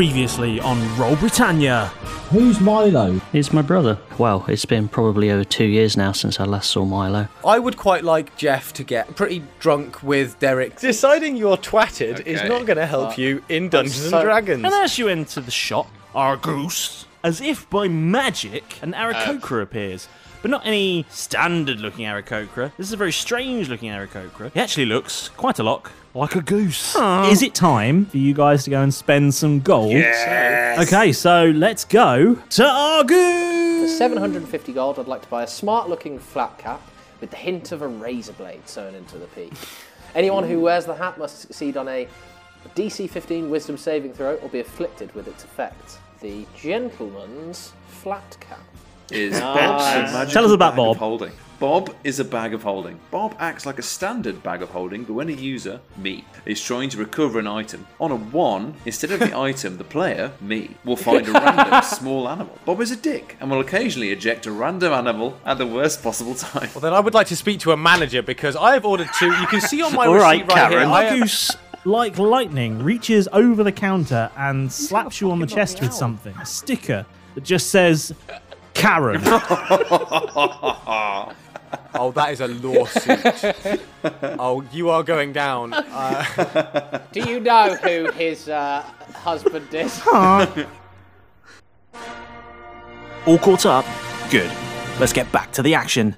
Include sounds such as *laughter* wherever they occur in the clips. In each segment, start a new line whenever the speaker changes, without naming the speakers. Previously on Roll Britannia.
Who's Milo?
It's my brother. Well, it's been probably over two years now since I last saw Milo.
I would quite like Jeff to get pretty drunk with Derek.
Deciding you're twatted is
Okay.
not going to help
Fuck.
you in Dungeons
so-
and Dragons.
And as you enter the shop, Argus, as if by magic, an Aarakocra appears. But not any standard looking Aarakocra. This is a very strange looking Aarakocra. He actually looks quite a lot like a goose.
Is it time for you guys to go and spend some gold?
Yes.
Okay, so let's go to Argus.
750 gold, I'd like to buy a smart looking flat cap with the hint of a razor blade sewn into the peak. Anyone who wears the hat must succeed on a DC 15 wisdom saving throw or be afflicted with its effects. The gentleman's flat cap.
Is Bob's magical
Tell us about
bag of
Bob.
holding. Bob is a bag of holding. Bob acts like a standard bag of holding, but when a user, me, is trying to recover an item, on a one, instead
*laughs*
of the item, the player, me, will find a random small animal. Bob is a dick and will occasionally eject a random animal at the worst possible time.
well, then I would like to speak to a manager because I have ordered two. You can see on my
All
receipt
right,
right here.
Karen.
I
uh,
have-
Argus, like lightning, reaches over the counter and slaps you on the chest with something a sticker that just says Karen.
oh, that is a lawsuit. *laughs* oh, you are going down. Uh,
Do you know who his uh, husband
*laughs*
is?
*laughs* All caught up? Good. Let's get back to the action.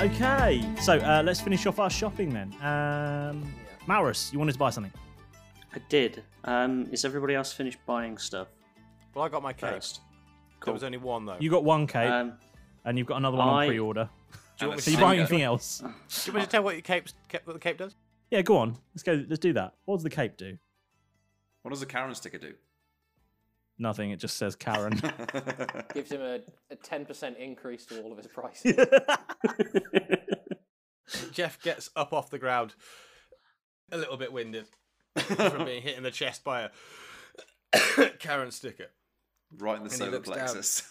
okay, so uh, let's finish off our shopping then. Um, Maurus, you wanted to buy something?
I did. Um, is everybody else finished buying stuff?
well, I got my cake.
First.
There was only one though.
You got one cake,
Um,
and you've got another one on
I-
pre-order.
*laughs* And a
So you buy
singer.
anything else?
Do you want me to tell what your cape, what the cape does?
Yeah, go on. Let's go. Let's do that. What does the cape do?
What does a Karen
*laughs*
sticker do?
Nothing. It just says Karen.
Gives him a, a 10% increase to all of his prices.
Jeff gets up off the ground, a little bit *laughs* winded from being hit in the chest by a *coughs* Karen sticker.
Right in the
And he
solar
looks down.
plexus.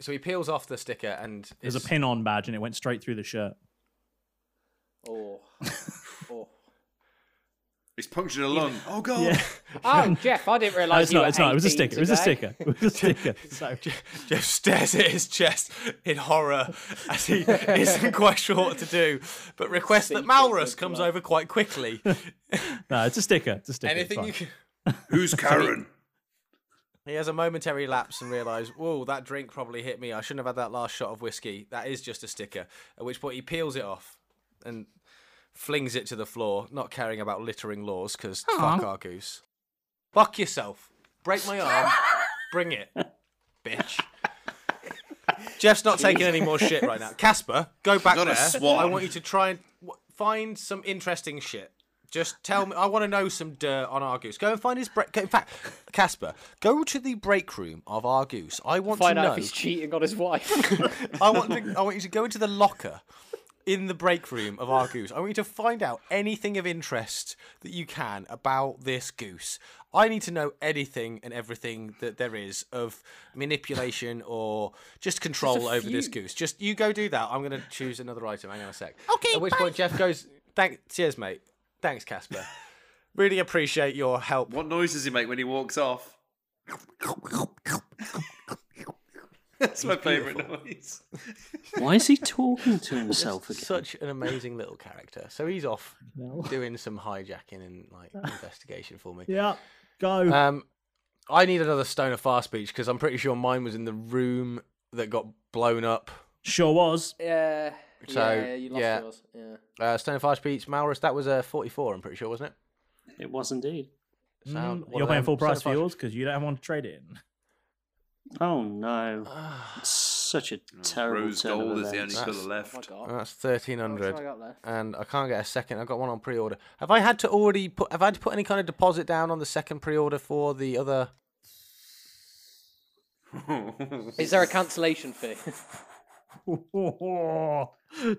So he peels off the sticker and
There's a
it's-
pin-on badge, and it went straight through the shirt.
Oh. oh.
He's punctured a lung. Oh god.
Yeah.
oh, Jeff, I didn't
No,
realise
it's
you
not.
were
It's not. It was a
18
sticker. It was a
today.
sticker. It was a sticker. So
Jeff *laughs* stares at his chest in horror as he isn't quite sure what to do, but requests that
Secret
Malrus
good
comes
luck.
over quite quickly.
no, it's a sticker. It's a sticker. it's
*laughs* Anything
fine.
you can.
*laughs*
Who's Karen?
He has a momentary lapse and realizes, whoa, that drink probably hit me. I shouldn't have had that last shot of whiskey. That is just a sticker. At which point he peels it off and flings it to the floor, not caring about littering laws because fuck our goose. Fuck yourself. Break my arm. Bring it, bitch. Jeff's not taking any more shit right now. Casper, go back
Not a
there.
swan.
I want you to try and w- find some interesting shit. Just tell me. I want to know some dirt on Argus. Go and find his break. In fact, Casper, go to the break room of Argus. I want
Find
to
out
know.
if he's cheating on his wife.
*laughs*
I want. To, I want you to go into the locker in the break room of our goose. I want you to find out anything of interest that you can about this goose. I need to know anything and everything that there is of manipulation or just control over this goose. Just you go do that. I'm going to choose another item. Hang on a sec. Okay. At which point Jeff goes, "Thank, cheers, mate. Thanks, Casper. really appreciate your help."
What noise does he make when he walks off? That's my favourite noise.
why is he talking to *laughs* himself again?
such an amazing little character. So he's off
*laughs*
doing some hijacking and like investigation for me.
Yeah. Go.
Um, I need another stone of far speech because I'm pretty sure mine was in the room that got blown up.
sure was.
yeah.
So,
yeah, you lost
yeah.
yours. Yeah.
Uh, stone of far speech, Malrus. That was a 44. I'm pretty sure, wasn't it?
It was indeed.
Sound,
Mm, You're paying full price for yours because you don't want to trade it in. *laughs*
Oh no! It's such a terrible
Rose
turn of
gold is the only
events.
colour
Oh my
left.
god.
That's thirteen
What have I got
hundred.
left?
And I can't get a second. I've got one on pre-order. Have I had to already put? Have I had to put any kind of deposit down on the second pre-order for the other?
Is there a cancellation fee?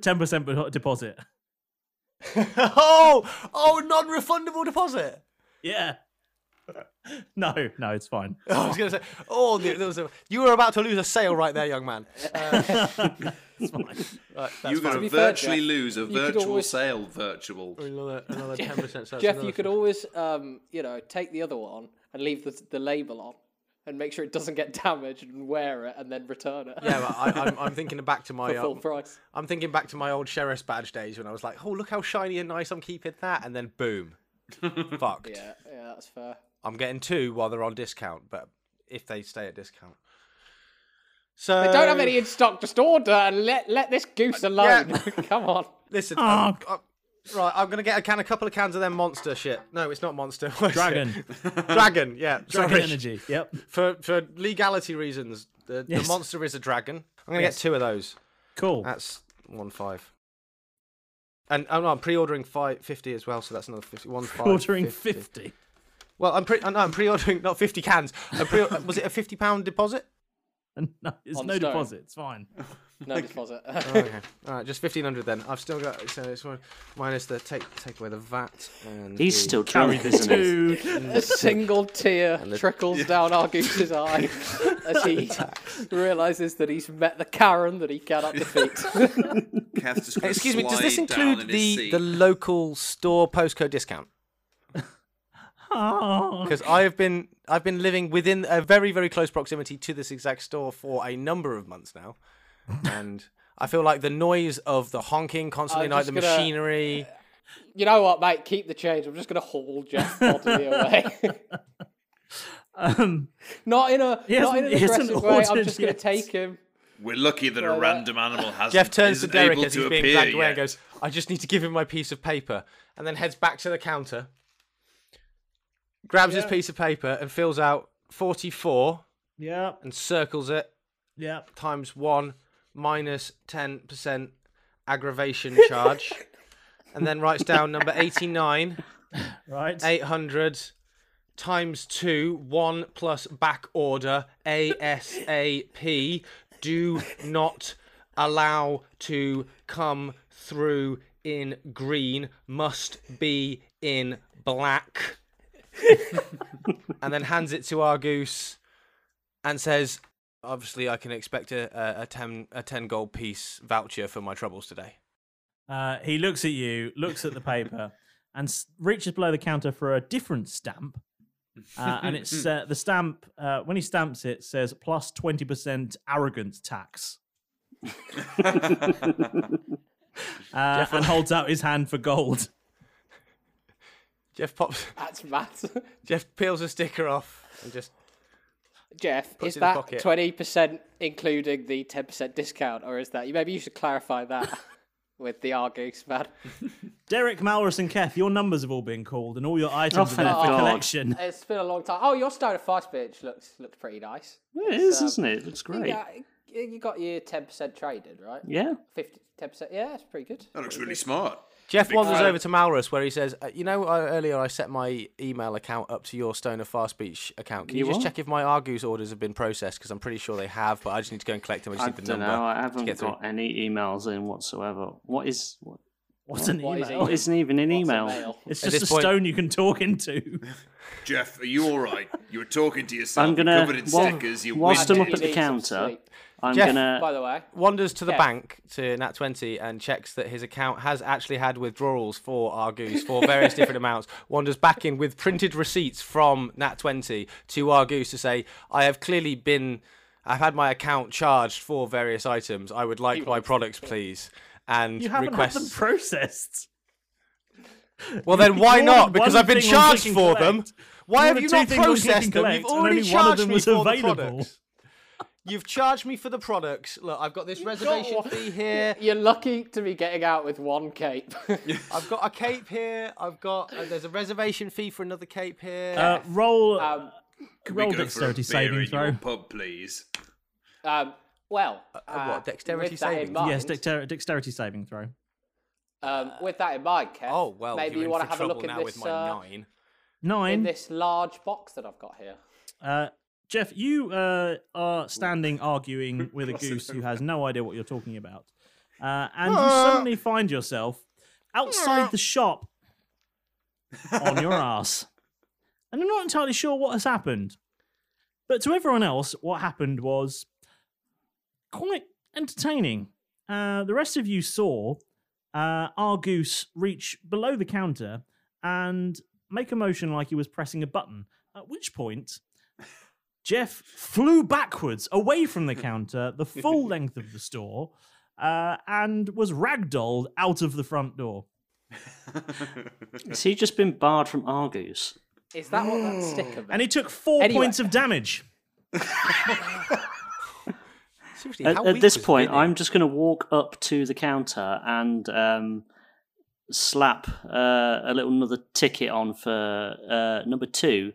Ten percent deposit.
oh, oh, non-refundable deposit.
Yeah. *laughs* No, no, it's fine.
I was going to say, oh, there there was a, you were about to lose a sale right there, young
*laughs*
man.
It's fine.
Right, that's
You're going
fine.
to
be fair,
virtually
Jeff,
lose a
you could
virtual
always-
sale,
*laughs*
virtual.
Another, another 10% sale.
Jeff, you could always, um, you know, take the other one and leave the, the label on and make sure it doesn't get damaged and wear it and then return it
Yeah, but I, I'm, I'm thinking back to my
for *laughs* full
um,
price.
I'm thinking back to my old sheriff's badge days when I was like, oh, look how shiny and nice I'm keeping that, and then
*laughs*
boom, fucked.
Yeah, yeah, that's fair.
I'm getting two while they're on discount, but if they stay at discount. So
They don't have any in stock. Just order and let let this goose alone. *laughs* Come on.
Listen, I'm- I'm- right, I'm gonna get a can, a couple of cans of them monster shit. No, it's not monster. *laughs* what is it?
Dragon.
dragon. Yeah,
Dragon
*laughs* sorry.
energy. Yep.
for for legality reasons, the,
Yes.
the monster is a dragon. I'm gonna
Yes.
get two of those.
Cool.
That's one five. And oh no, I'm pre-ordering five fifty as well, so that's another fifty. One five.
Ordering
50.
fifty. *laughs*
Well, I'm pre. oh, No, I'm pre-ordering not fifty cans.
*laughs*
I'm pre- was it a fifty pound deposit?
And no, it's
On
no
stone.
deposit. It's fine.
No *laughs* deposit.
Okay. All right, just fifteen hundred then. I've still got so it's one minus the take take away the VAT and
He's
the-
still drunk, isn't he?
Two. *laughs*
a single tear trickles *laughs* down our goose's *laughs* eye as he realizes that he's met the Karen that he *laughs* cannot defeat.
Kath's just
*laughs*
gonna
Excuse me, does
slide
this
down
include
in his
the,
seat.
the local store postcode discount?
Ah.
Because I have been I've been living within a very very close proximity to this exact store for a number of months now, and I feel like the noise of the honking constantly,
I'm
like the
just gonna-
machinery.
you know what, mate? Keep the change. I'm just going to haul Jeff
*laughs*
bodily away.
Um,
not in a
hasn't-
not in an
he hasn't
aggressive way. I'm
ordered
just going
yet.
to take him.
We're lucky that a
Well, uh,
random animal has
Jeff turns to
isn't
Derek
able
as
to
he's being
appear
dragged away and
yet.
goes, "I just need to give him my piece of paper," and then heads back to the counter, grabs his piece of paper and fills out forty four
yep.
and circles it
Yep.
times one minus 10% aggravation charge and then writes down number 89
Right.
800 times 2 1 plus back order asap do not allow to come through in green must be in black and then hands it to our goose and says obviously i can expect a, a, a 10 a 10 gold piece voucher for my troubles today
Uh, he looks at you, looks at the
*laughs*
paper, and s- reaches below the counter for a different stamp. Uh, and
*laughs*
it's uh, the stamp. Uh, when he stamps it, says plus twenty percent arrogance
*laughs*
tax. uh, and holds out his hand for gold.
jeff pops *laughs*
That's Matt.
jeff peels a sticker off and just
*laughs* Jeff,
Puts it
is
in the
that
pocket.
twenty percent including the ten percent discount, or is that? Maybe you should clarify
*laughs*
that with the Argus man.
Derek, Malrus, and Keth, your numbers have all been called, and all your
Oh,
items are
thank
there for
God.
collection. *laughs*
It's been a long time. Oh, your stone of fire speech looks looks pretty nice.
It is, isn't it? It looks great.
Yeah, you got your ten percent traded, right?
yeah.
50, 10%. Yeah, that's pretty good.
That
"Oh,
looks really smart.
Jeff
Big
wanders
fan.
over to Malrus where he says, uh, "You know, I, earlier I set my email account up to your Stone of Far Speech account. Can you,
You
just
what?
check if my Argus orders have been processed? Because I'm pretty sure they have, but I just need to go and collect them. I just
I
need the
don't
number.
know. I
to
haven't
get through.
got any emails in whatsoever. What is? What,
What's an
What is
email?
it?
what isn't even an
What's a
email?
mail?
It's
At
just a
this point-
stone you can talk into.
Jeff, are you all right? You were talking to yourself.
I'm
You're
gonna-
covered in
while-
stickers. You
whilst I'm
winded.
up at the
Needs
counter.
of sleep,
I'm
Jeff,
By
gonna.
the way,
Wanders to the
Yeah.
bank to Nat Twenty and checks that his account has actually had withdrawals for Argus for various different amounts. Wanders back in with printed receipts from Nat Twenty to Argus to say, "I have clearly been." I've had my account charged for various items. I would like my products, please. And
You haven't
requests.
had them processed.
Well, then why
You've
not?
ordered
Because
one
I've been
thing on
charged
click and
for
collect.
them. Why
You
have
ordered
you
two
not
things on click
processed
and
them?
collect,
You've
and
already
only one of
charged
them
me
was
for the
available.
products. You've charged me for the products. Look, I've got this reservation
one.
fee here.
You're lucky to be getting out with one cape. *laughs*
I've got a cape here. I've got uh, there's a reservation fee for another cape here.
Uh, roll
um,
roll dexterity saving throw.
pub, please.
um, well,
uh, what,
uh,
dexterity
with that in
savings?
mind-
Yes, dexter- dexterity saving throw.
Um, with that in mind, Kev,
oh well,
maybe
you're
you
in
want
for
to have a
trouble
look in
now
this,
with my
uh,
nine.
in
Nine.
this large box that I've got here.
Uh, Jeff, you uh, are standing arguing with a goose who has no idea what you're talking about. Uh, and you suddenly find yourself outside the shop on your ass. And I'm not entirely sure what has happened. But to everyone else, what happened was quite entertaining. Uh, the rest of you saw uh, our goose reach below the counter and make a motion like he was pressing a button, at which point Jeff flew backwards away from the counter, the
*laughs*
full length of the store, uh, and was ragdolled out of the front door.
Has he just been barred from Argus?
Is that what that sticker?
Mm.
meant?
And he took four
Anyway.
points of damage.
Seriously,
At,
how
at
weak
this
was
point,
Vinny?
I'm just going to walk up to the counter and um, slap uh, a little another ticket on for uh, number
*laughs*
two.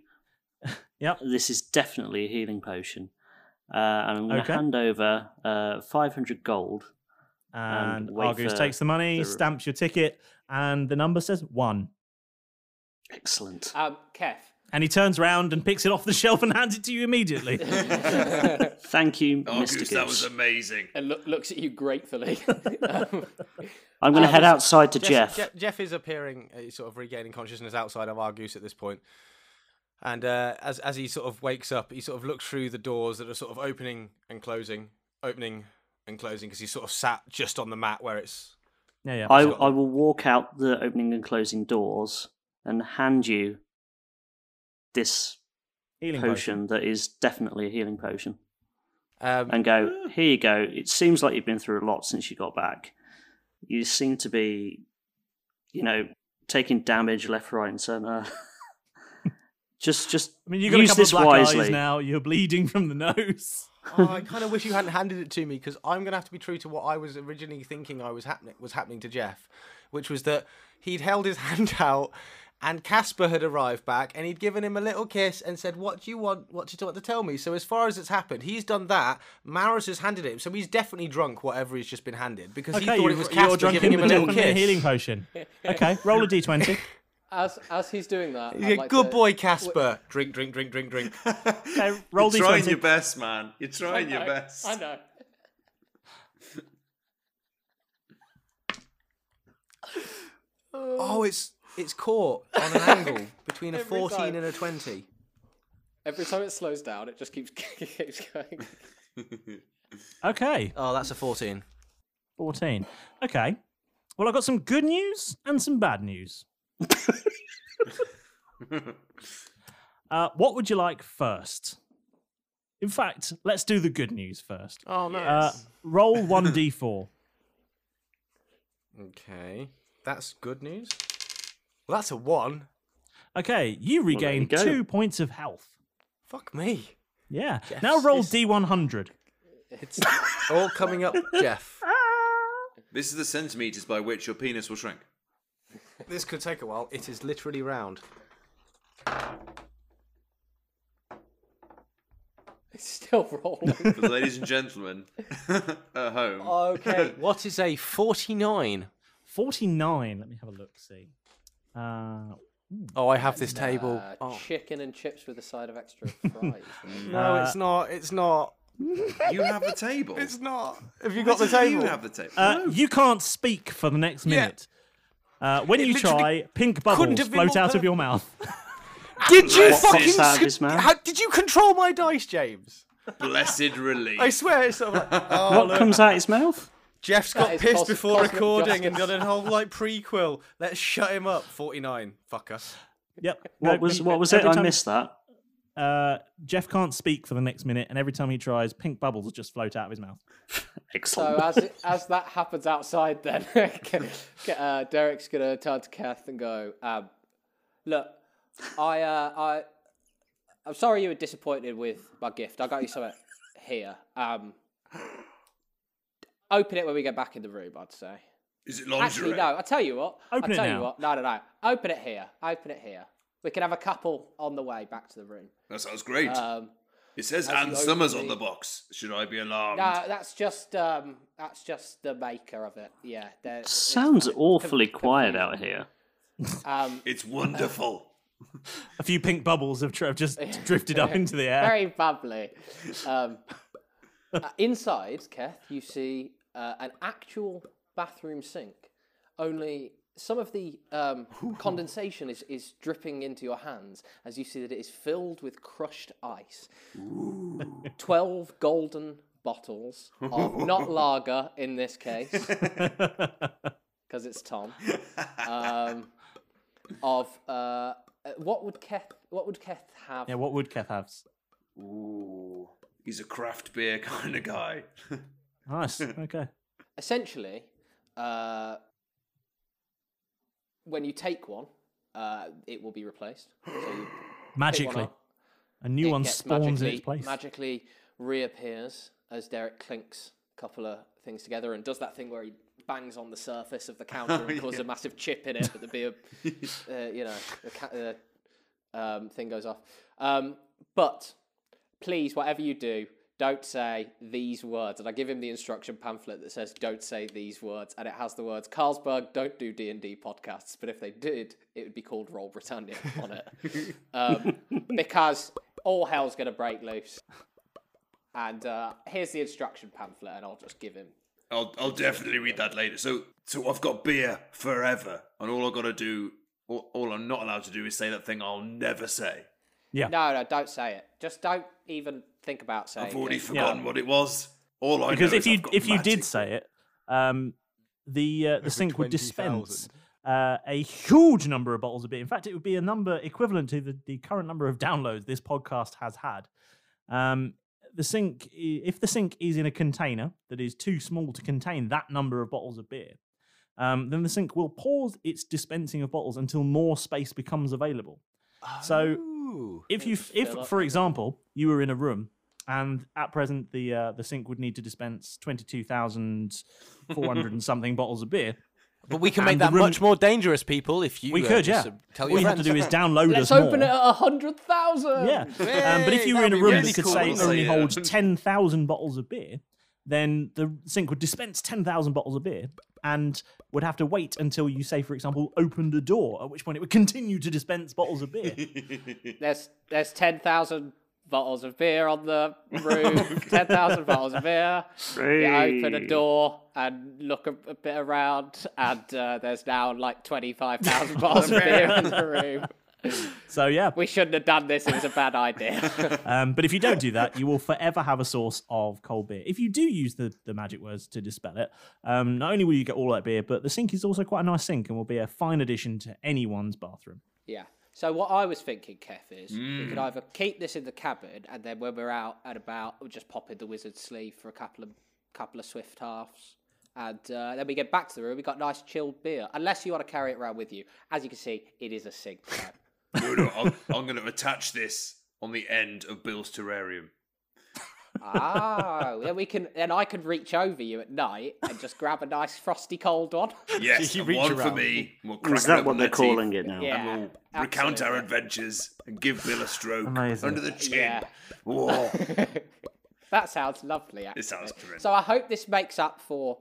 Yep.
This is definitely a healing potion. Uh, and I'm going to
Okay.
hand over uh, 500 gold.
And,
*laughs* And wait
Argus
for
takes the money,
the-
stamps your ticket, and the number says one.
Excellent.
Um, Kev,
And he turns round and picks it off the *laughs* shelf and hands it to you
*laughs*
immediately.
Thank you,
Oh,
Mr.
Goose,
Goose.
that was amazing. *laughs*
and look, looks at you
*laughs*
gratefully. *laughs* um,
I'm going to head outside to
Ah, Jeff.
Jeff.
Je- Jeff is appearing, uh, sort of regaining consciousness outside of Argus at this point. And uh, as as he sort of wakes up, he sort of looks through the doors that are sort of opening and closing, opening and closing, because he's sort of sat just on the mat where it's.
yeah, yeah.
I, I will walk out the opening and closing doors and hand you this
Healing
potion that is definitely a healing potion
Um,
and go, here you go. It seems like you've been through a lot since you got back. You seem to be, you know, taking damage left, right, and centre. *laughs* just, just
I mean, you've got a
use
couple of
this
black
wisely.
eyes now. You're bleeding from the nose.
oh, I kind of wish you hadn't handed it to me because I'm gonna have to be true to what I was originally thinking I was happening was happening to Jeff, which was that he'd held his *laughs* hand out, and Casper had arrived back and he'd given him a little kiss and said, "What do you want? What do you want to tell me?" So as far as it's happened, he's done that. Maris has handed it him, so he's definitely drunk whatever he's just been handed because he thought
you-
it was
you're
Casper
drunk
giving
in
him a
the
little
definite
kiss.
healing potion. Okay,
*laughs*
roll a d20.
as as he's doing that,
He's
I'd
a
like
good
to-
boy, Casper. Drink, drink, drink, drink, drink.
Okay, roll
You're trying your
d20.
best, man. You're
I
trying your
know,
best.
I know.
*laughs* oh, it's it's caught on an angle between a 14
time.
and a 20.
Every time it slows down, it just keeps *laughs* keeps going.
Okay,
Oh, that's a 14.
14. Okay. Well, I've got some good news and some bad
*laughs*
news. uh, what would you like first? In fact, let's do the good news first.
Oh no.
Uh, roll
*laughs*
1d4.
Okay. That's good news. Well, that's a one.
Okay, you
there you
regain
go.
two points of health.
Fuck me.
Yeah. now roll d100.
*laughs*
It's all coming up, Jeff.
This is the centimeters by which your penis will shrink.
This could take a while. It is literally round.
It's still
*laughs*
rolling.
'Cause ladies and gentlemen *laughs* at home,
Oh.
okay.
What is a 49?
49. Let me have a look, see. Uh,
Oh, I have this table.
Uh,
Oh.
Chicken and chips with a side of extra fries.
*laughs* No, it's not. It's not.
you have a table.
It's not. Have you got the
You
table?
have the table.
Uh, you can't speak for the next minute. Uh, when you
literally
try, pink bubbles
have been
float
more
out of your mouth.
Did you
What
fucking
pops out of
sc-
his mouth?
how, did you control my dice, James?
Blessed relief.
I swear it's *laughs* sort of like oh,
what comes
uh,
out his
*laughs*
mouth?
Jeff's got
is
pissed
cos-
before
cosmic
recording and
justice.
done a whole like prequel. Let's shut him up. 49. Fuck us.
Yep. No,
What was
you-
what was it?
every
I
time-
missed that.
Uh, Jeff can't speak for the next minute, and every time he tries, pink bubbles just float out of his mouth.
So
Excellent.
uh,
as as that happens outside,
*laughs*
then uh, Derek's gonna turn to Kath and go, um, "Look, I, uh, I, I'm sorry you were disappointed with my gift. I got you something
here. Um, open it when we get back in the room, I'd say.
Is it
Actually, no. I tell you what.
Open
I
it
tell
now.
you what. No, no, no. Open it here. Open it here. We can have a couple on the way back to the room.
That sounds great.
Um,
it says
as you
Anne
open
Summers
the-
on the box. Should I be alarmed?
no, Uh, that's just um, that's just the maker of it. Yeah. there- it's
Sounds
fine.
awfully
Conf-
quiet
confusion.
out here.
Um,
It's wonderful.
A few pink bubbles have, tr- have
*laughs*
just drifted up into the air.
very bubbly. Um, uh, inside, Keth, you see uh, an actual bathroom sink, only some of the um, condensation is, is dripping into your hands as you see that it is filled with crushed ice. 12 golden bottles of not lager in this case, because it's Tom. Um, of uh, uh, what would Keth what would Keth
*laughs*
have
yeah, what would Keth have?
Ooh, he's a craft beer kind of guy. *laughs*
*laughs*
Nice. Okay.
essentially, uh, when you take one, uh, it will be replaced. So you pick one
Magically,
up,
a new
it
one
gets
spawns in
magically-
its place.
Magically reappears as Derek clinks a couple of things together and does that thing where he bangs on the
*laughs*
surface of the counter and
Oh,
causes a massive chip in it, but the beer, uh, you know, the ca- uh, um, thing goes off. Um, but please, whatever you do, don't say these words. And I give him the instruction pamphlet that says, "Don't say these words," and it has the words "Carlsberg don't do D and D podcasts," but if they did, it would be called Roll Britannia on
*laughs*
it, um, because all hell's gonna break loose. And uh, here's the instruction pamphlet, and I'll just give him.
I'll I'll definitely read that later. So so I've got beer forever, and all I've got to do, all, all I'm not allowed to do, is say that thing I'll never say.
No, no, don't say it. Just don't even think about saying.
I've already
it.
forgotten what it was. All I
because
know
if
is
you
I've got
if you
magic.
did say it, um, the uh, the sink would
20,000.
dispense uh, a huge number of bottles of beer. In fact, it would be a number equivalent to the, the current number of downloads this podcast has had. Um, the sink, i- if the sink is in a container that is too small to contain that number of bottles of beer, um, then the sink will pause its dispensing of bottles until more space becomes available.
Oh.
So
Ooh.
if you,
Thanks,
if
Philip.
for example, you were in a room and at present the uh, the sink would need to dispense twenty two thousand four hundred and something bottles of beer.
But we can make
And the
that
room-
much more dangerous, people. If you
We
uh,
could, yeah.
just, uh, tell
All
your
you have to do
friends.
is download
Let's
us
open
more.
it at a hundred thousand.
Yeah, um, but if
Hey,
you were in
that'd
a
be
room
really
that could
cool.
say
Say
only
it.
holds ten thousand bottles of beer, then the sink would dispense ten thousand bottles of beer and would have to wait until you say, for example, opened a door, at which point it would continue to dispense bottles of
*laughs*
beer.
There's there's ten thousand bottles of beer on the roof. ten thousand bottles of beer. You open a
Hey.
door and look a, a bit around, and uh, there's now like twenty five thousand bottles of beer in the room.
so yeah,
We shouldn't have done this. It was a bad idea. *laughs*
Um, but if you don't do
*laughs*
that, you will forever have a source of cold beer. If you do use the, the magic words to dispel it, um, not only will you get all that beer, but the sink is also quite a nice sink and will be a fine addition to anyone's bathroom.
yeah. So what I was thinking, Kef, is we could
Mm.
either keep this in the cupboard, and then when we're out and about, we just pop in the wizard's sleeve for a couple of couple of swift halves. And uh, then we get back to the room. We got nice chilled beer, unless you want to carry it around with you. As you can see, it is a sink.
*laughs*
so-
No, no, I'm, I'm going to attach this on the end of Bill's
*laughs*
terrarium.
Oh, then we can, then I can reach over you at night and just grab a nice frosty cold one.
Yes,
You
and
reach
one for
around.
me. and We'll crack
Is
it
that
up
what
on
they're
their teeth,
calling it now?
Yeah,
And we'll recount our
absolutely.
adventures and give Bill a stroke
Amazing.
under the chin.
Yeah. *laughs*
Whoa,
That sounds lovely. Actually.
it sounds tremendous.
So I hope this makes up for.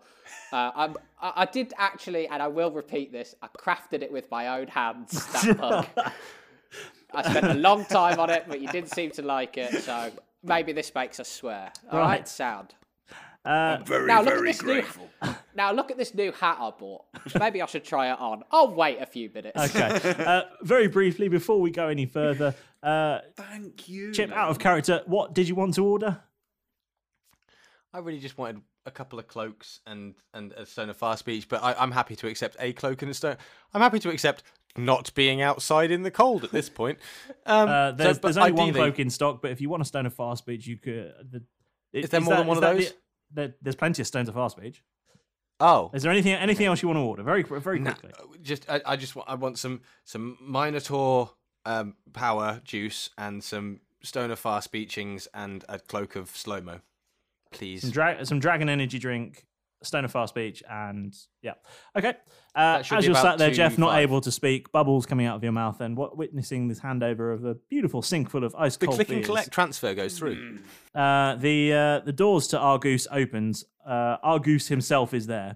Uh, I'm, I, I did actually, and I will repeat this. I crafted it with my own hands. That mug. I spent a long time on it, but you didn't seem to like it. So maybe this makes us swear. All right,
Right.
sound.
I'm very,
now look at
very
this new-
grateful.
*laughs* Now look at this new hat I bought. Maybe I should try it on. I'll wait a few minutes.
*laughs*
Okay. uh, very briefly, before we go any further, uh,
Thank you.
Chip, out of character, what did you want to order?
I really just wanted a couple of cloaks and and a stone of fire speech, but I, I'm happy to accept a cloak and a stone. I'm happy to accept not being outside in the cold at this point. Um,
*laughs* Uh,
so-
there's,
but
there's only one
ideally-
cloak in stock, but if you want a stone of fast speech, you could. The,
Is there more than
is
one of
that the-
those?
there- there's plenty of stones of fast speech.
Oh,
Is there anything anything else you want to order? Very very quickly.
just I, I just want I want some some Minotaur um, power juice and some stone of fast speechings and a cloak of slow mo,
some,
please.
dra- some dragon energy drink, stone of fast speech, and yeah. Okay. Uh,
should
as
be
you're
about
sat there,
two,
Jeff, not
five.
able to speak, bubbles coming out of your mouth, and what witnessing this handover of a beautiful sink full of ice
The
cold
click and
beers.
collect transfer goes through.
Uh, the uh, the doors to Argus opens. Uh, Argus himself is there,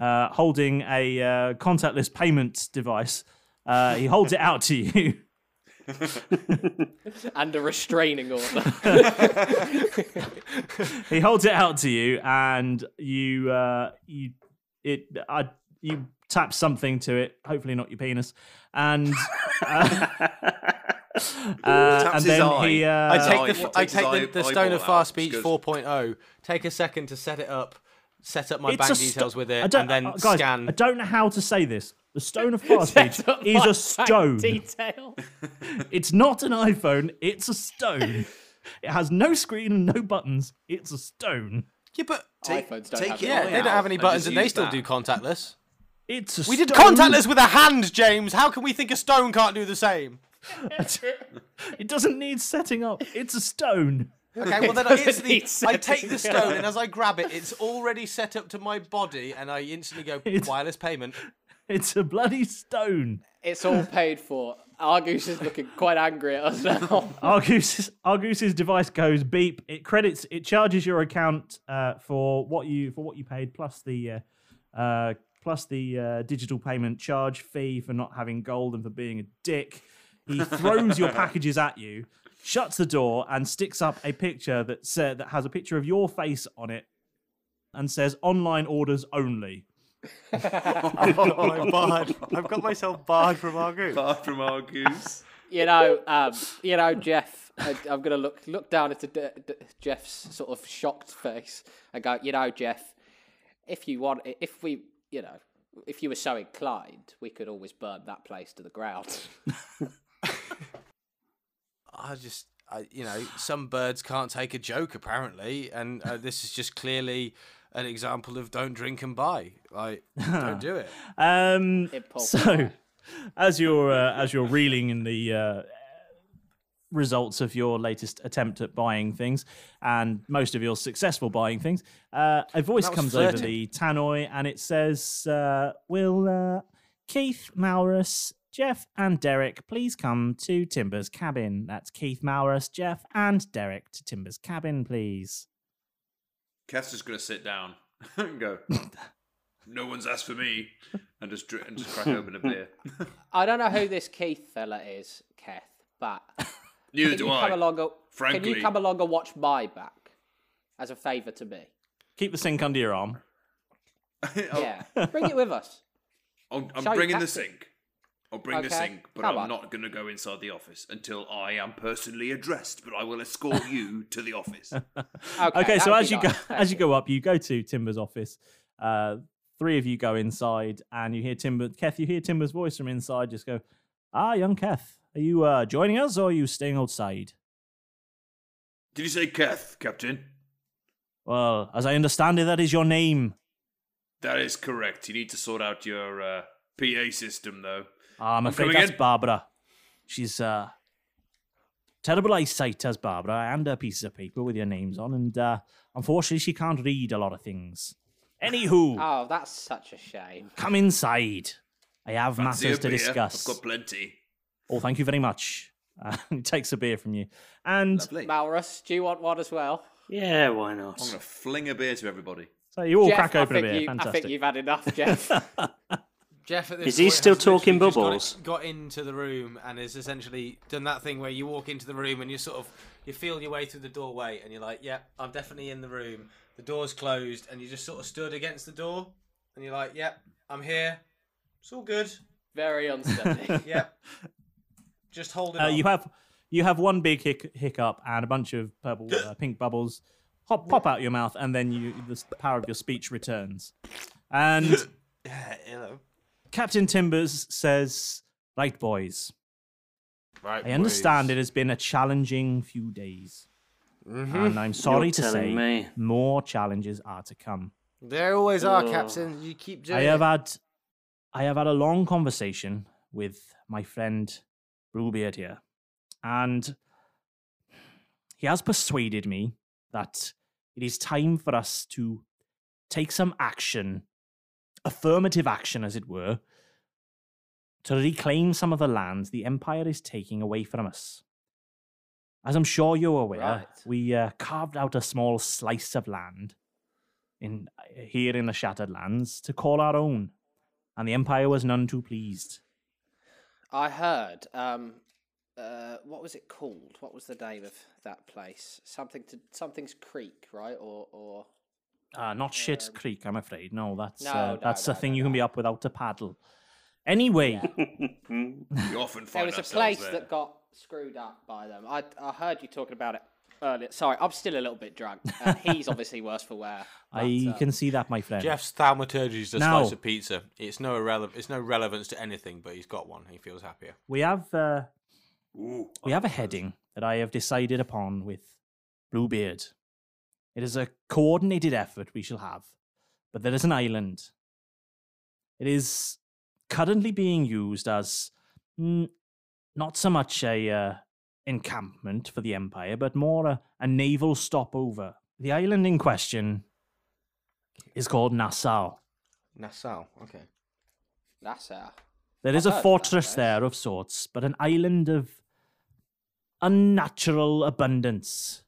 uh, holding a uh, contactless payment device. Uh, he holds it out to you. *laughs*
and a restraining order.
he holds it out to you, and you uh, you it I you tap something to it. Hopefully not your penis,
*laughs*
and uh, uh,
Taps
and
his
then
eye.
he
*laughs*
uh,
I
his eye-
take the f-
takes
I
his eye-
take the, the stone
eyeball
of fast
out. It's
speech
good.
4.0. Take a second to set it up, set up my bank
a sto-
details with
I
it,
don't-
and then
uh, guys,
scan.
I don't know how to say this. The stone
*laughs*
of fast speech
*laughs*
is a stone.
Detail.
It's not an iPhone. It's a
*laughs*
stone. it has no screen and no buttons. It's a stone.
Yeah, but
Take,
iPhones don't
take
have
your
yeah,
eye
they don't
out
have any buttons,
just
and they
use
still
that.
*laughs*
do contactless.
It's a
We did
stone.
contactless with a hand, James. How can we think a stone can't do the same?
*laughs* It doesn't need setting up. It's a stone.
Okay, well then I instantly
need
I take the stone and as I grab it, it's already set up to my body, and I instantly go
*laughs* It's-
wireless payment.
It's a bloody stone.
It's all paid for. Argus is looking quite angry at us now.
Argus's, Argus's device goes beep. It credits. It charges your account uh, for what you for what you paid plus the uh, uh, plus the uh, digital payment charge fee for not having gold and for being a dick. He throws your packages at you, shuts the door, and sticks up a picture that's, uh, that has a picture of your face on it, and says "online orders only."
Oh my barred. I've got myself barred from our group.
Apart from our goose.
you know, um, you know, Jeff. I, I'm gonna look look down into D- D- Jeff's sort of shocked face and go, you know, Jeff. If you want, if we, you know, if you were so inclined, we could always burn that place to the ground. *laughs*
I just, I, you know, some birds can't take a joke apparently, and *laughs* uh, this is just clearly an example of don't drink and buy. Like, don't do it.
Um,
Impulse
so, as you're uh, as you're reeling in the uh, results of your latest attempt at buying things, and most of your successful buying things, uh, a voice
That was
comes over
flirting.
the tannoy and it says, uh, "Will uh, Keith Maurus?" Jeff and Derek, please come to Timber's cabin. That's Keith Maurus, Jeff, and Derek to Timber's cabin, please.
Cass is going to sit down *laughs* and go, no one's asked for me. And just, dri- and just crack open a beer.
*laughs*
I don't know who this Keith fella is, Keth,
*laughs*
but can
Neither
you
do
come
I.
along? And, can
Frankly. *laughs*
you come along and watch my back as a favour to me?
Keep the sink under your arm.
Oh.
Yeah, bring it with us.
I'm, I'm
Shall we
bringing the
cast it?
sink. I'll bring the
Okay,
sink, but
come
I'm
on.
not going to go inside the office until I am personally addressed. But I will escort you to the office.
Okay,
*laughs* okay,
that
so
would
as
be
you
nice,
go
thank
*laughs* as you go up, you go to Timber's office. Uh, three of you go inside, and you hear Timber. Keth, you hear Timber's voice from inside. Just go, ah, young Keth, are you uh, joining us or are you staying outside?
Did you say Keth, Captain?
Well, as I understand it, that is your name.
That is correct. You need to sort out your uh, PA system, though.
Ah, I'm afraid
coming
that's
in.
Barbara. She's uh, terrible eyesight, as Barbara, and a piece of paper with your names on, and uh, unfortunately, she can't read a lot of things. Anywho,
Ah.
Oh, that's such a shame.
come inside. I have
Fancy a
matters to
beer?
discuss.
I've got plenty.
Oh, thank you very much. *laughs* Uh, he takes a beer from you. And
Lovely. I'm
Malrus, do you want one as well?
Yeah, why not?
going to fling a beer to everybody.
so uh, you all
Jeff,
crack
I
open a
think
beer.
you- I
Fantastic.
think you've had enough, Jeff.
*laughs*
*laughs*
Jeff, at this
Is he
point
still
has literally
talking
just got-
bubbles?
Got, into the room and has essentially done that thing where you walk into the room and you sort of you feel your way through the doorway and you're like, "Yep, I'm definitely in the room." The door's closed and you just sort of stood against the door and you're like, "Yep, I'm here. It's all good.
Very unsteady.
Yep."
*laughs*
Just holding
uh,
on.
you have you have one big hic- hiccup and a bunch of purple uh, pink bubbles hop, pop out your mouth, and then you the s- power of your speech returns. And
*laughs*
Hello.
Captain Timbers says, "Right, boys.
Right.
I understand it has been a challenging few days, and I'm sorry
Mm-hmm. You're
to
telling
say
me.
more challenges are to come."
There always are,
Ugh.
Captain. You keep doing
I have
it.
had I have had a long conversation with my friend Brewbeard here. And He has persuaded me that it is time for us to take some action, affirmative action, as it were, to reclaim some of the land the Empire is taking away from us. As I'm sure you're aware,
Right.
we uh, carved out a small slice of land in uh, here in the Shattered Lands to call our own, and the Empire was none too pleased.
I heard. Um, uh, what was it called? What was the name of that place? Something to something's Creek, right? Or or
Uh, not Shit's Creek, I'm afraid. No, that's
No,
uh,
no,
that's
no,
a thing
no,
you can
no.
be up without a paddle. Anyway,
Hmm?
We often
there
find
was a
ourselves
place
there.
that got screwed up by them. I I heard you talking about it earlier. Sorry, I'm still a little bit drunk,
*laughs*
and he's obviously worse for wear. uh,
I can see that, my friend.
Jeff's thaumaturgy is a
Now-
slice of pizza. It's no irrelevant. It's no relevance to anything, but he's got one. He feels happier.
We have uh, we have a heading that I have decided upon with Bluebeard. It is a coordinated effort we shall have, but there is an island. It is currently being used as mm, not so much a uh, encampment for the Empire, but more a, a naval stopover. The island in question is called Nassau.
Nassau. Okay.
That's uh, our
There is
heard
a
of that
fortress
place.
there of sorts, but an island of unnatural abundance.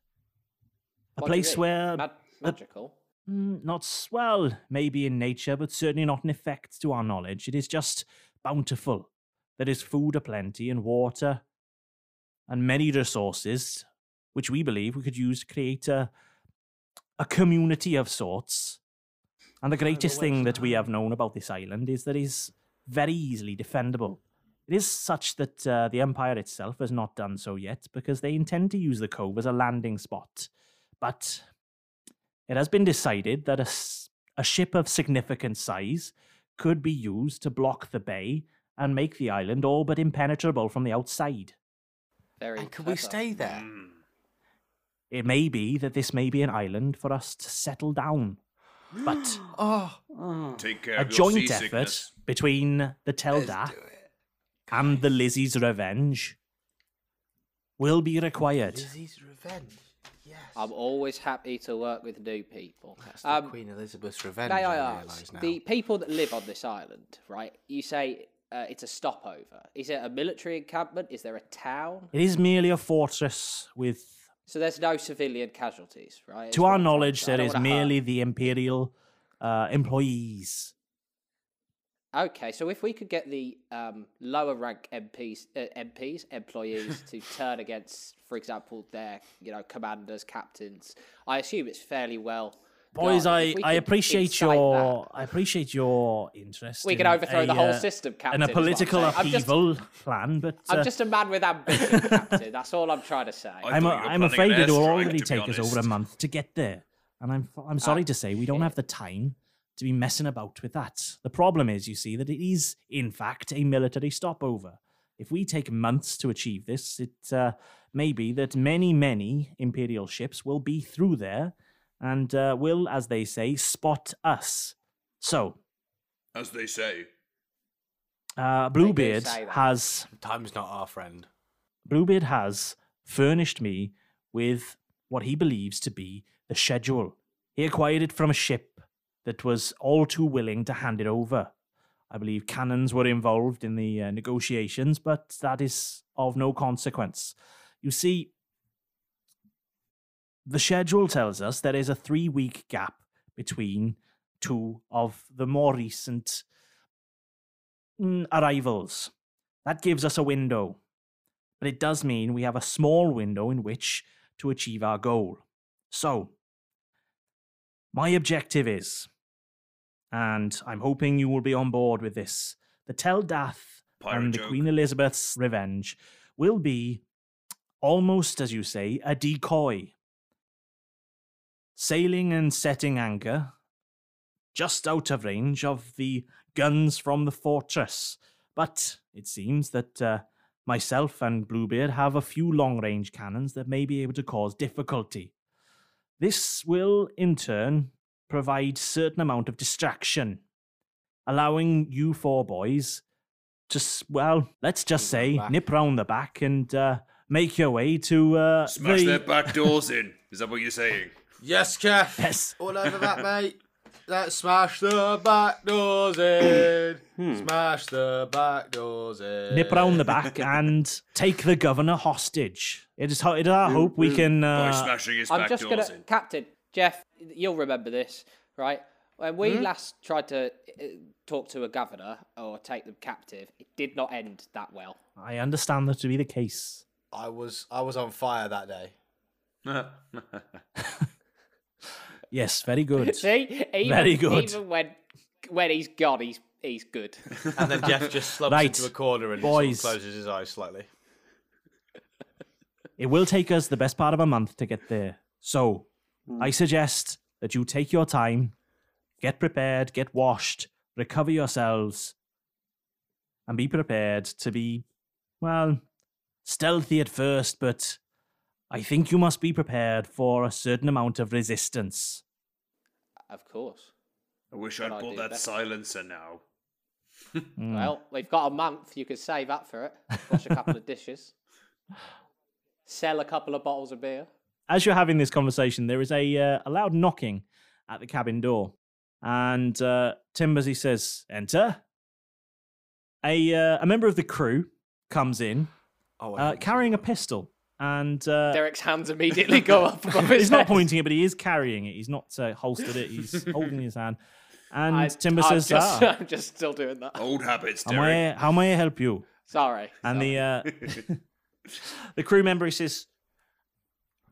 A
what do you
place
mean?
where
Mag- magical.
mm, not swell, maybe in nature, but certainly not in effect to our knowledge. It is just bountiful. There is food aplenty and water and many resources, which we believe we could use to create a, a community of sorts. And the greatest thing that we have known about this island is that it is very easily defendable. It is such that uh, the Empire itself has not done so yet because they intend to use the cove as a landing spot. But it has been decided that a, s- a ship of significant size could be used to block the bay and make the island all but impenetrable from the outside.
Very.
And can we
clever.
stay there?
Mm. It may be that this may be an island for us to settle down, but
Oh,
Take care
a
of your
joint effort
seasickness.
between the Telda and the Lizzie's Revenge will be required.
Lizzie's revenge. Yes.
I'm always happy to work with new people.
That's the
Um,
Queen Elizabeth's revenge.
May I
I
ask,
realise now.
the people that live on this island, right? You say uh, it's a stopover. Is it a military encampment? Is there a town?
It is merely a fortress with,
So there's no civilian casualties, right? It's
to our
not-
knowledge,
I
there
don't
is
wanna hurt.
merely the Imperial uh, employees.
Okay, so if we could get the um, lower rank MPs, uh, MPs, employees
*laughs*
to turn against, for example, their you know commanders, captains, I assume it's fairly well.
Boys,
guarded.
I,
If we
I
could
appreciate
incite that-
your I appreciate your interest.
We
in
can overthrow
a,
the whole
uh,
system,
in
Captain.
a
is what I'm
political
saying. I'm just-
upheaval plan, but uh,
I'm just a man
*laughs*
with ambition, Captain. That's all I'm trying to say.
I
I'm,
thought you were
I'm
planning
afraid
an
it will
airstrike,
already
to be
take us over a
honest.
month to get there, and I'm I'm sorry to say we don't have the time to be messing about with that. The problem is, you see, that it is in fact a military stopover. If we take months to achieve this, it uh, may be that many many imperial ships will be through there, and uh, will, as they say, spot us. So
As they say.
Uh, Bluebeard
say that.
has
Time's not our friend.
Bluebeard has furnished me with what he believes to be the schedule. He acquired it from a ship that was all too willing to hand it over. I believe cannons were involved in the uh, negotiations, but that is of no consequence. You see, the schedule tells us there is a three week gap between two of the more recent mm, arrivals. That gives us a window but it does mean we have a small window in which to achieve our goal. So, my objective is, and I'm hoping you will be on board with this, the Teldath
Pirate
and the
joke.
Queen Elizabeth's Revenge will be almost, as you say, a decoy. Sailing and setting anchor just out of range of the guns from the fortress. But it seems that uh, myself and Bluebeard have a few long range cannons that may be able to cause difficulty. This will, in turn, provide certain amount of distraction, allowing you four boys to, s- well, let's just say,
back.
nip round the back and uh, make your way to uh,
Smash
the-
their back doors in. Is that what you're saying?
Yes,
*laughs*
Jeff.
Yes.
All over that, mate. Let's smash the back doors in. Smash the back doors
Uh.
in.
nip around the back and take the governor hostage. It is, ho- it is our hope we can.
By
Uh,
smashing his
I'm
back
just
doors
gonna,
in. *laughs*
Captain Jeff. You'll remember this, right? When we
Hmm?
last tried to uh, talk to a governor or take them captive, it did not end that well. *laughs*
I understand that to be the case.
I was I was on fire that day.
Yes, very good.
See, even,
Very good.
Even when when he's gone, he's he's
*laughs*
good.
And then Jeff just slumps
Right.
into a corner and
Boys.
sort of closes his eyes slightly.
It will take us the best part of a month to get there. So I suggest that you take your time, get prepared, get washed, recover yourselves, and be prepared to be, well, stealthy at first, but I think you must be prepared for a certain amount of resistance.
of course.
I wish I'd
Good
bought
idea,
that
Beck.
silencer now.
Hmm.
Well, we've got a month. You could save up for it. Wash a couple of
*laughs*
dishes. Sell a couple of bottles of beer.
as you're having this conversation, there is a, uh, a loud knocking at the cabin door. And uh, Timbers, he says, enter. A, uh, a member of the crew comes in
Oh, I
uh, carrying a pistol. And uh, *laughs*
*laughs* Derek's hands immediately go up above his
he's
*laughs*
not
head.
pointing it, but he is carrying it. He's not uh, holstered it, he's holding his hand. And
I-
Timber
I'm
says,
just, *laughs*
ah,
I'm just still doing that.
Old habits,
how,
Derek.
may I, how may I help you?
Sorry.
And
sorry.
*laughs*
the uh, *laughs* the crew member he says,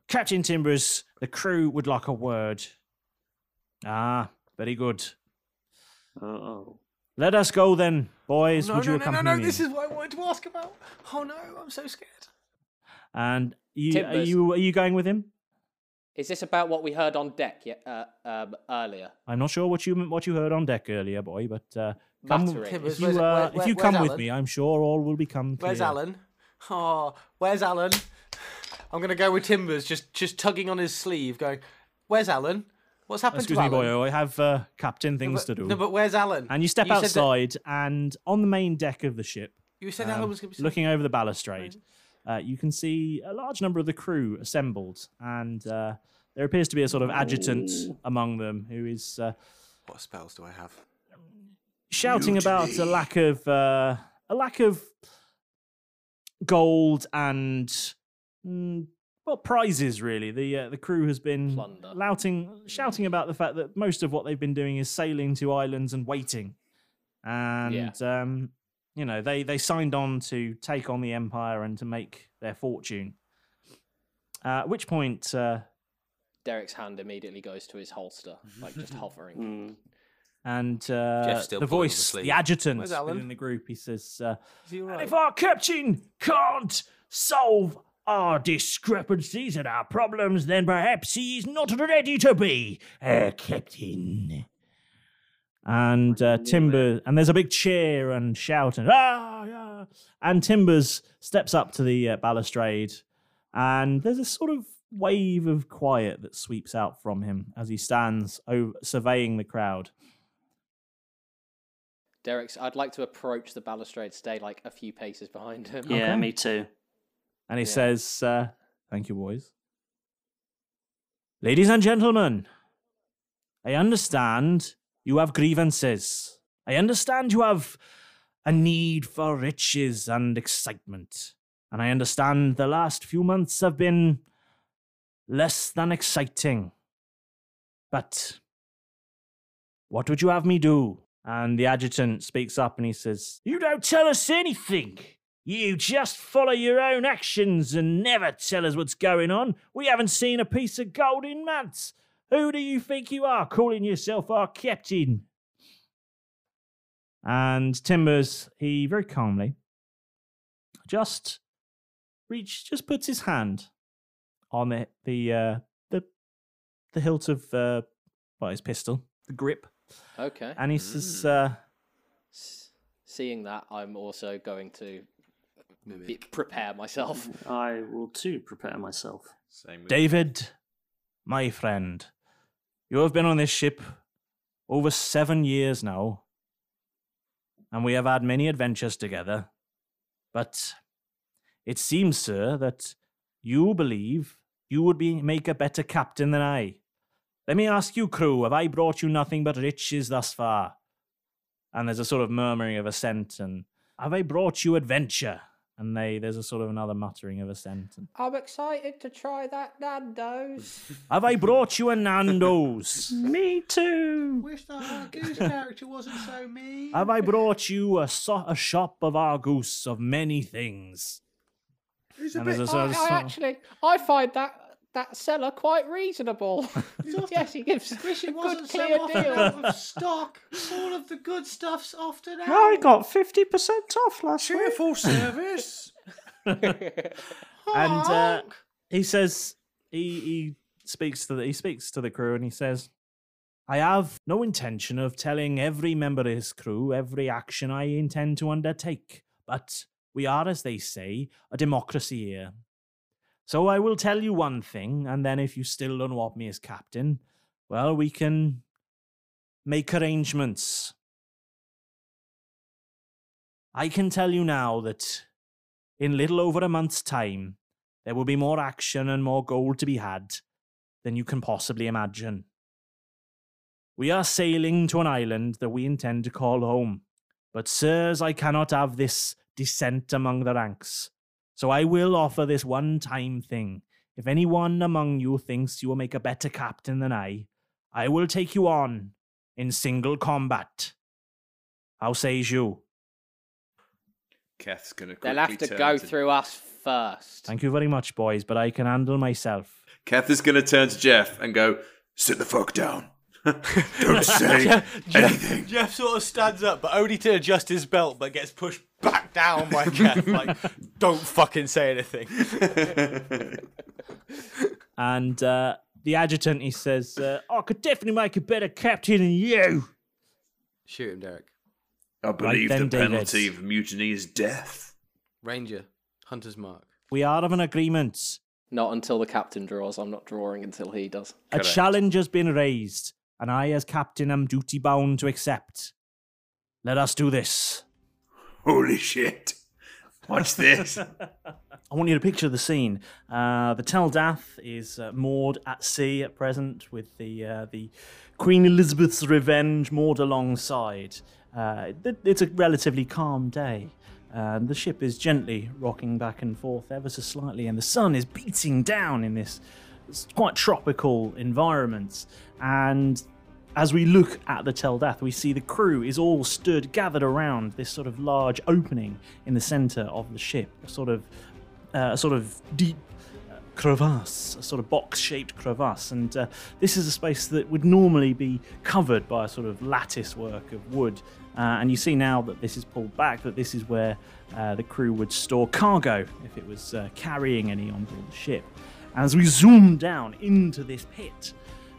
Captain Timbers, the crew would like a word. Ah, very good.
Oh,
Let us go then, boys.
no,
would you
no, no, no,
accompany
no,
me?
this is what I wanted to ask about. Oh no, I'm so scared.
And you, are
Timbers.
you are you going with him?
Is this about what we heard on deck ye- uh, um, earlier?
I'm not sure what you what you heard on deck earlier, boy. But uh, come,
Battering.
if
Timbers,
you
where's-
uh,
where-
if you
where's
come with
Alan?
me, I'm sure all will become clear.
Where's Alan? Oh, where's Alan? I'm gonna go with Timbers, just just tugging on his sleeve, going, "Where's Alan? What's happened
Excuse
to
me,
Alan?"
boy. I have uh, captain things
but,
to do.
No, but where's Alan?
and you step
said that-
outside, Um, and on the main deck of the ship,
you said Alan was gonna be
looking over the balustrade, uh, you can see a large number of the crew assembled, and uh, there appears to be a sort of adjutant among them who is uh,
What spells do I have?
shouting about a lack of uh, a lack of gold and mm, well prizes really the uh, the crew has been
Plunder.
louting shouting about the fact that most of what they've been doing is sailing to islands and waiting and um, you know they they signed on to take on the empire and to make their fortune uh, at which point uh,
Derek's hand immediately goes to his holster, like
*laughs*
just hovering.
mm.
and uh,
Jeff's still
the
pulling on the
voice, the
sleeve.
adjutant
Where's Alan?
within the group, he says, uh,
Is he all
And
right?
if our captain can't solve our discrepancies and our problems, then perhaps he's not ready to be a captain. And uh, Timber, and there's a big cheer and shout and ah, yeah. and Timbers steps up to the uh, balustrade, and there's a sort of wave of quiet that sweeps out from him as he stands over, surveying the crowd.
Derek's, I'd like to approach the balustrade, stay like a few paces behind him.
yeah,
Okay.
me too.
And he says, uh, Thank you, boys. Ladies and gentlemen, I understand you have grievances. I understand you have a need for riches and excitement. And I understand the last few months have been less than exciting. But what would you have me do? And the adjutant speaks up and he says, You don't tell us anything. You just follow your own actions and never tell us what's going on. We haven't seen a piece of gold in months. Who do you think you are calling yourself our captain? And Timbers, he very calmly just reach just puts his hand on the the uh, the the hilt of uh, well his pistol, the grip,
Okay.
and he says, uh,
S- Seeing that, I'm also going to be- prepare myself. *laughs*
I will too prepare myself.
Same with
David, my friend, you have been on this ship over seven years now, and we have had many adventures together. But it seems, sir, that You believe you would be make a better captain than I. Let me ask you, crew, have I brought you nothing but riches thus far? And there's a sort of murmuring of assent, and have I brought you adventure? And they there's a sort of another muttering of assent. And,
I'm excited to try that Nando's.
have I brought you a Nando's?
Me too.
Wish that
*laughs*
Argus character wasn't so mean.
Have I brought you a, so- a shop of Argus of many things?
It's a
And there's
bit
a sort
I,
of
I
song-
actually, I find that that seller quite reasonable. yes, he gives
wish
*laughs*
a
it
good
wasn't
clear
so often
deal.
out of stock. All of the good stuff's
*laughs*
often out.
I got 50% off last week.
*laughs*
cheerful service.
And uh,
Honk.
he says he he speaks to the he speaks to the crew and he says, "I have no intention of telling every member of his crew every action I intend to undertake, but we are, as they say, a democracy here. So I will tell you one thing, and then if you still don't want me as captain, well, we can make arrangements." I can tell you now that in little over a month's time, there will be more action and more gold to be had than you can possibly imagine. We are sailing to an island that we intend to call home. But, sirs, I cannot have this dissent among the ranks. So I will offer this one time thing. If anyone among you thinks you will make a better captain than I, I will take you on in single combat. How says you?
Keth's gonna quickly
They'll have to
turn
go through us first.
Thank you very much, boys, but I can handle myself.
Keth is gonna turn to Jeff and go, "Sit the fuck down.
*laughs*
Don't say anything."
Jeff sort of stands up, but only to adjust his belt, but gets pushed back down *laughs* by Keth. like, don't fucking say anything.
And uh, the adjutant, he says, uh, I could definitely make a better captain than you.
Shoot him, Derek.
I believe
then,
the
David.
penalty of mutiny is death.
Ranger, Hunter's Mark.
We are of an agreement.
Not until the captain draws. I'm not drawing until he does.
A challenge has been raised, and I, as captain, am duty bound to accept. Let us do this.
Holy shit! Watch this.
I want you to picture the scene. Uh, the Teldath is uh, moored at sea at present, with the uh, the Queen Elizabeth's Revenge moored alongside. Uh, th- it's a relatively calm day. and the ship is gently rocking back and forth ever so slightly, and the sun is beating down in this s- quite tropical environment. And as we look at the Teldath, we see the crew is all stood gathered around this sort of large opening in the centre of the ship, a sort of uh, a sort of deep uh, crevasse, a sort of box-shaped crevasse, and uh, this is a space that would normally be covered by a sort of lattice work of wood. Uh, and you see now that this is pulled back, that this is where uh, the crew would store cargo if it was uh, carrying any on board the ship. As we zoom down into this pit,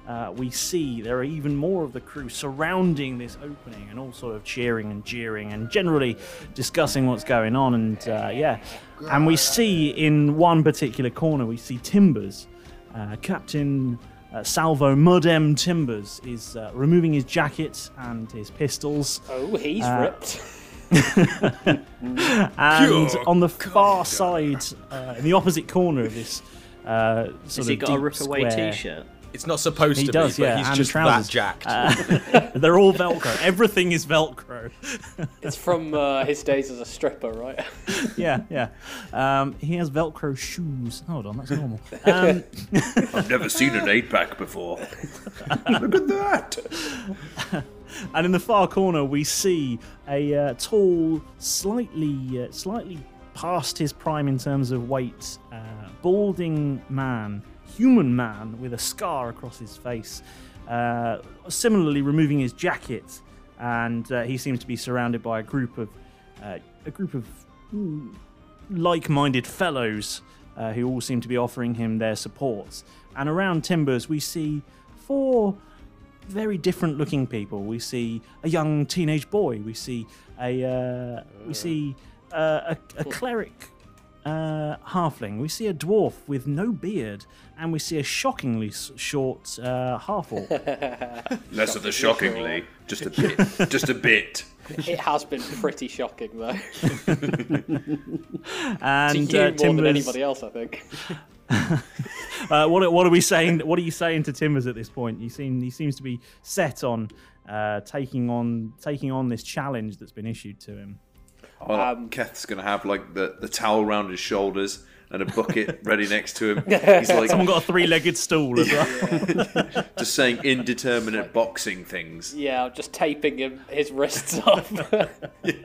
uh, we see there are even more of the crew surrounding this opening and all sort of cheering and jeering and generally discussing what's going on. And uh, yeah, and we see in one particular corner, we see Timbers, uh, Captain uh, Salvo Mudem Timbers, is uh, removing his jacket and his pistols.
Oh, he's
Uh,
ripped.
And on the far side, uh, in the opposite corner of this. Uh, sort
Has
of
he got a
deep
rip away
square,
t shirt?
It's not supposed
He
to
does,
be, but
yeah,
he's
and
just
trousers.
that jacked.
They're all Velcro. Everything is Velcro.
It's from uh, his days as a stripper, right?
*laughs*
*laughs*
yeah, yeah. Um, he has Velcro shoes. Hold on, that's *laughs* normal. Um,
I've never seen an eight
*laughs*
pack before. Look at that.
and in the far corner, we see a uh, tall, slightly, uh, slightly past his prime in terms of weight, uh, balding man, human man with a scar across his face. Uh, similarly, removing his jacket, and uh, he seems to be surrounded by a group of uh, a group of mm, like-minded fellows uh, who all seem to be offering him their supports. And around Timbers, we see four very different looking people. We see a young teenage boy. We see a uh, we see uh, a, a cleric uh, halfling. We see a dwarf with no beard, and we see a shockingly s- short uh, half
*laughs*
orc.
Less of the shockingly, just a bit, just a bit.
it has been pretty shocking, though.
And
to you
uh,
more than
Timbers-
anybody else, I think.
Uh, what, are- what are we saying? What are you saying to Timbers at this point? He seem he seems to be set on uh, taking on taking on this challenge that's been issued to him.
Oh, Keth's gonna have like the, the towel around his shoulders and a bucket ready next to him. He's
Someone
like
got a three-legged stool as well.
just saying indeterminate boxing things.
Yeah, I'm just taping him his wrists *laughs* off.
Jeff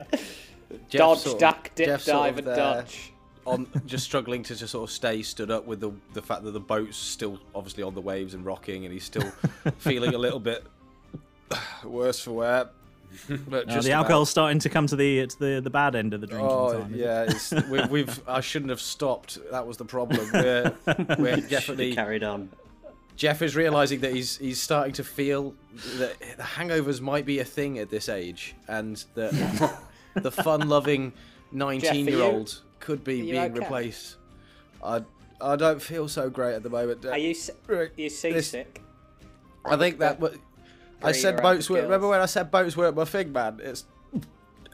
Dodge,
sort of-
duck, dip,
Jeff sort
dive,
of
and
there
dodge.
on
*laughs*
just struggling to just sort of stay stood up with the the fact that the boat's still obviously on the waves and rocking, and he's
*laughs*
still feeling a little bit *sighs* worse for
*laughs*
wear. But
Uh,
just
the
about-
alcohol's starting to come to the to the, the bad end of the drinking
Oh
time.
yeah, it's, we, we've I shouldn't have stopped. That was the problem.
*laughs*
We're, we're
He
definitely
carried on.
Jeff is realizing that he's he's starting to feel that the hangovers might be a thing at this age, and that the
*laughs*
fun-loving nineteen-year-old could be
you
being
okay?
replaced. I I don't feel so great at the moment.
Are you s-
Right,
you
this-
seasick?
I think that what I said
around
boats
the
were. Remember
gills.
when I said boats weren't my thing, man? It's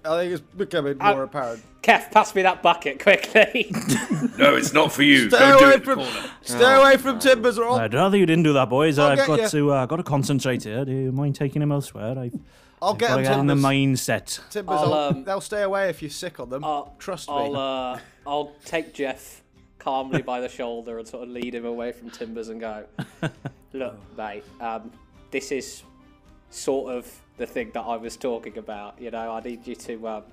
I think it's becoming
I-
more apparent.
Kef, pass me that bucket quickly. *laughs*
No, it's not for you.
Stay
Don't do
away
it.
from
Oh.
stay away from timbers, or I'll,
I'd rather you didn't do that, boys. I've
get
got
ya.
to uh, got to concentrate here. Do you mind taking him elsewhere? I've
I'll get
got
them
to get in the
timbers.
mindset.
timbers
I'll,
I'll,
um,
they'll stay away if you're sick on them.
I'll-
Trust me.
I'll uh, I'll take Jeff calmly by the shoulder and sort of lead him away from Timbers and
*laughs*
go, look, mate, um, this is sort of the thing that I was talking about. You know, I need you to um,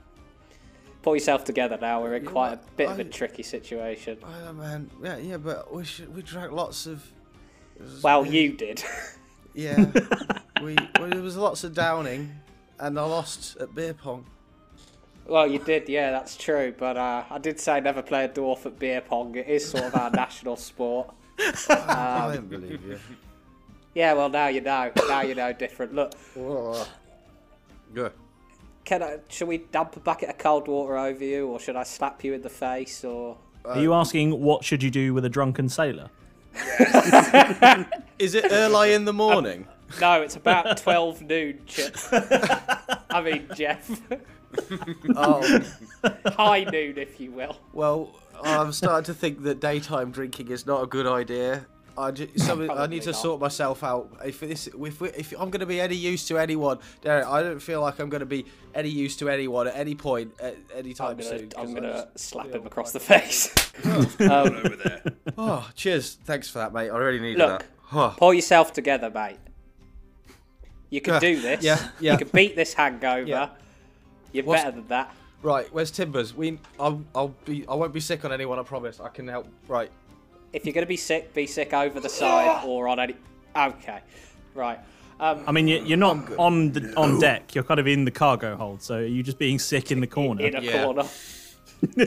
pull yourself together now. We're in quite a bit of a
I-
tricky situation.
Oh, man, yeah, yeah, but we should, we drank lots of
Well, you did. *laughs*
yeah. we well, there was lots of downing, and I lost at beer pong.
well, you did. Yeah, that's true. But uh, I did say never play a dwarf at beer pong. It is sort of
*laughs*
our national sport. Ah,
I don't believe you.
Yeah, well, now you know. Now you know different. Look,
*laughs* Whoa. Good.
Can I, should we dump a bucket of cold water over you, or should I slap you in the face, or
Are you asking what should you do with a drunken sailor?
Is it early
*laughs*
in the morning?
no?
*laughs*
It's about twelve noon, Chip. I mean, Jeff, Uh, um,
oh.
high noon, if you will.
Well, I'm starting to think that daytime drinking is not a good idea. I,
*laughs*
ju- some- I need to
Probably not.
sort myself out. If this, if, we, if I'm going to be any use to anyone, Derek, I don't feel like I'm going to be any use to anyone at any point, at any time
I'm gonna,
soon. 'cause
I'm
I
gonna
just-
slap him across the face.
Over there.
Oh, cheers! Thanks for that, mate. I really needed
Look,
that. Huh.
*laughs* pull yourself together, mate. You can
Yeah,
do this.
yeah, yeah.
You can beat this hangover.
Yeah.
You're
What's-
better than that.
Right, where's Timbers? We, I'll, I'll be, I won't be sick on anyone. I promise. I can help. Right.
If you're gonna be sick, be sick over
*gasps*
the side or on any. Okay, right. Um,
I mean, you- you're not on the on deck. You're kind of in the cargo hold. So are you just being sick in the corner?
in a
Yeah.
corner.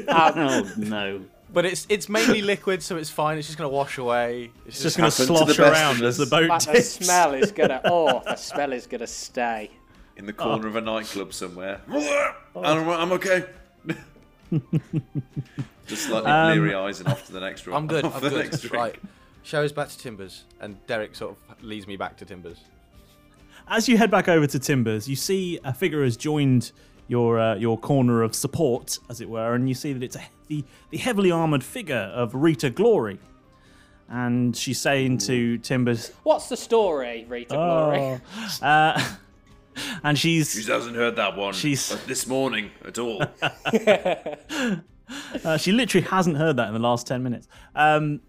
Oh *laughs* no.
But it's it's mainly liquid, so it's fine. It's just gonna wash away. It's
It's just going to
happened to the
slosh
best
around
of
as the
us.
boat
But
*laughs*
the
tips.
smell is gonna. Oh, the smell is gonna stay.
in the corner of a nightclub somewhere. And I'm, I'm okay. Just slightly bleary eyes and off to the next room.
I'm
*laughs*
good.
Off
I'm
the
good.
next drink.
Right. Show us back to Timbers, and Derek sort of leads me back to Timbers.
As you head back over to Timbers, you see a figure has joined your uh, your corner of support, as it were, and you see that it's a, the the heavily armored figure of Rita Glory, and she's saying to Timbers,
What's the story, Rita Glory?
"Oh," *laughs* uh, and she's
She hasn't heard that one
She's-
uh, this morning at all.
uh, she literally hasn't heard that in the last ten minutes. Um,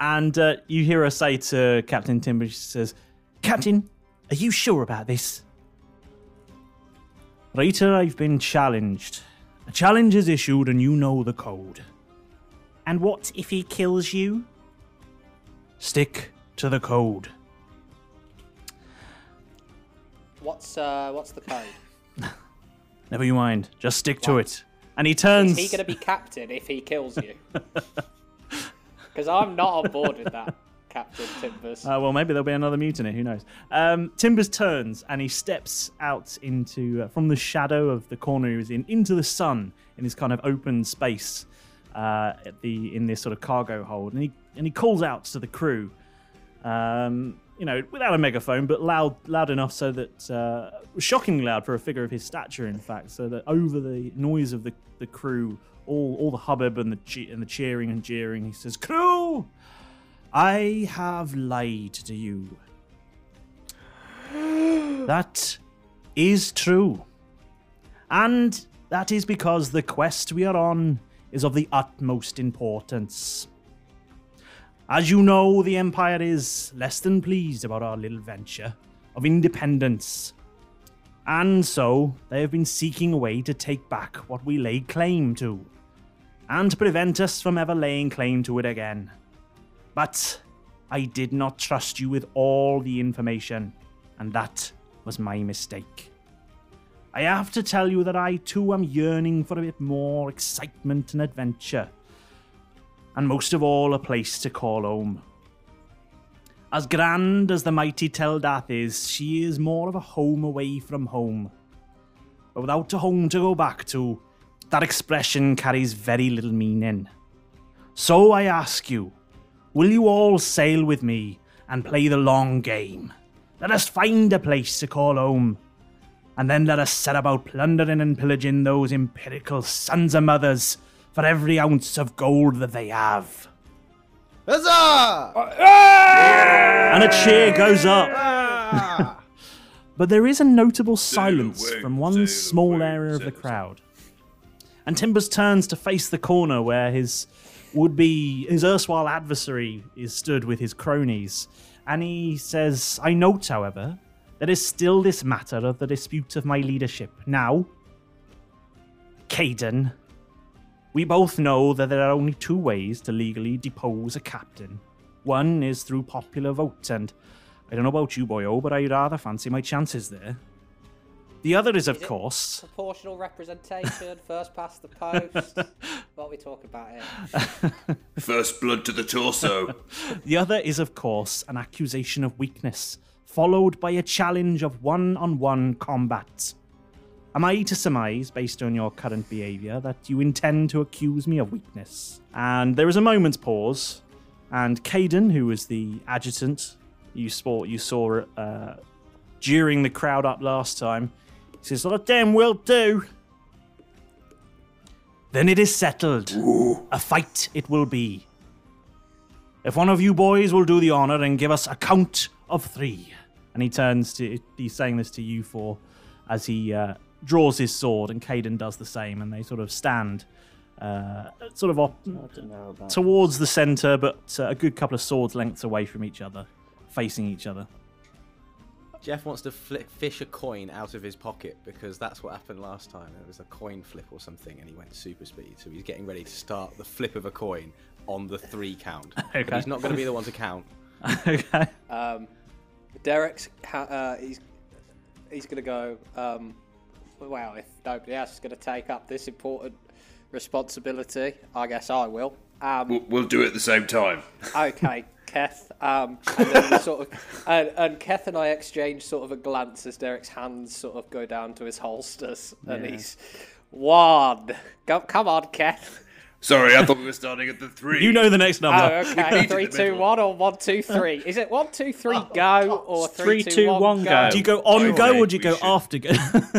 and uh, you hear her say to Captain Timbers, she says, "Captain, are you sure about this?" Rita, I've been challenged. A challenge is issued, and you know the code. And what if he kills you? Stick to the code.
*laughs* What's uh, what's the code?
Never you mind. Just stick to it. And he turns.
Is he gonna be captain if he
*laughs*
kills you? Because I'm not on board with that, Captain Timbers.
Uh, well, maybe there'll be another mutiny. Who knows? Um, Timbers turns and he steps out into uh, from the shadow of the corner he was in into the sun in this kind of open space uh, at the in this sort of cargo hold, and he and he calls out to the crew. Um, you know, without a megaphone, but loud, loud enough so that uh, shockingly loud for a figure of his stature, in fact, so that over the noise of the, the crew, all all the hubbub and the che- and the cheering and jeering, he says, "Crew, I have lied to you. That is true. And that is because the quest we are on is of the utmost importance. As you know, the Empire is less than pleased about our little venture of independence. And so, they have been seeking a way to take back what we lay claim to, and to prevent us from ever laying claim to it again. But I did not trust you with all the information, and that was my mistake. I have to tell you that I too am yearning for a bit more excitement and adventure, and most of all, a place to call home. As grand as the mighty Teldath is, she is more of a home away from home. But without a home to go back to, that expression carries very little meaning. So I ask you, Will you all sail with me and play the long game? Let us find a place to call home, and then let us set about plundering and pillaging those empirical sons of mothers for every ounce of gold that they have.
Huzzah!
And a cheer goes up. *laughs* but there is a notable silence from one small area of the crowd. And Timbers turns to face the corner where his would be his erstwhile adversary is stood with his cronies. And he says, I note, however, there is still this matter of the dispute of my leadership. Now, Caden, we both know that there are only two ways to legally depose a captain. One is through popular vote, and I don't know about you, boyo, but I'd rather fancy my chances there. The other is, of
it-
course,
Proportional representation, first past
*laughs*
the post. what we talk about here.
First blood to the torso.
The other is, of course, an accusation of weakness, followed by a challenge of one on one combat. Am I to surmise, based on your current behaviour, that you intend to accuse me of weakness? And there is a moment's pause, and Caden, who was the adjutant you saw, you saw uh, jeering the crowd up last time, says, "Well, damn will do." Then it is settled. A fight it will be. If one of you boys will do the honor and give us a count of three. And he turns to, he's saying this to you four as he uh, draws his sword, and Caden does the same, and they sort of stand uh, sort of op-
I don't know about
towards the center, but uh, a good couple of swords lengths away from each other, facing each other. *laughs*
Jeff wants to flip, fish a coin out of his pocket because that's what happened last time. It was a coin flip or something, and he went super speed. So he's getting ready to start the flip of a coin on the three count. But
Okay.
he's not going to be the one to count.
okay.
Derek's ha- uh, he's he's gonna go. Um, well, if nobody else is gonna take up this important responsibility, I guess I will. Um,
we'll, we'll do it at the same time.
okay, Keth. Um, and then we sort of, and, and Keth and I exchange sort of a glance as Derek's hands sort of go down to his holsters, and he's one. Go, come on, Keth.
Sorry, I thought we were starting at the three.
You know the next number.
Oh, okay.
beat it
Three,
in the
two,
middle.
one, or one, two, three. Is it one, two, three, go, or three,
Three, two, one, go.
Do you go on go or
think
do you
we
go
should-
after go?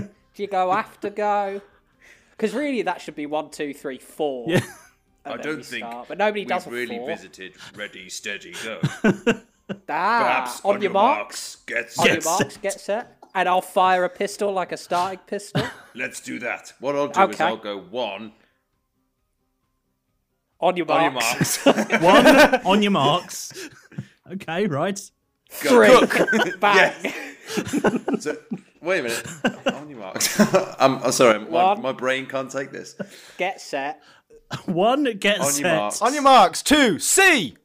*laughs*
Do you go after go? Because really, that should be one, two, three, four.
Yeah.
I
then we
don't think
start, but nobody
we've
does a
really
four.
visited ready, steady, go.
*laughs* Ah,
Perhaps
on, your marks,
get
on
set.
your marks, get set, and I'll fire a pistol like a starting pistol.
Let's do that. What I'll do is
Okay.
I'll go one
on your
on your
marks, *laughs*
marks.
One on your marks. *laughs* Okay, right.
three, bang.
*laughs* So- wait a minute. on your marks. *laughs* I'm, I'm sorry. My,
One.
my brain can't take this.
Get set.
One gets
On
set.
your marks.
On your marks, two, C.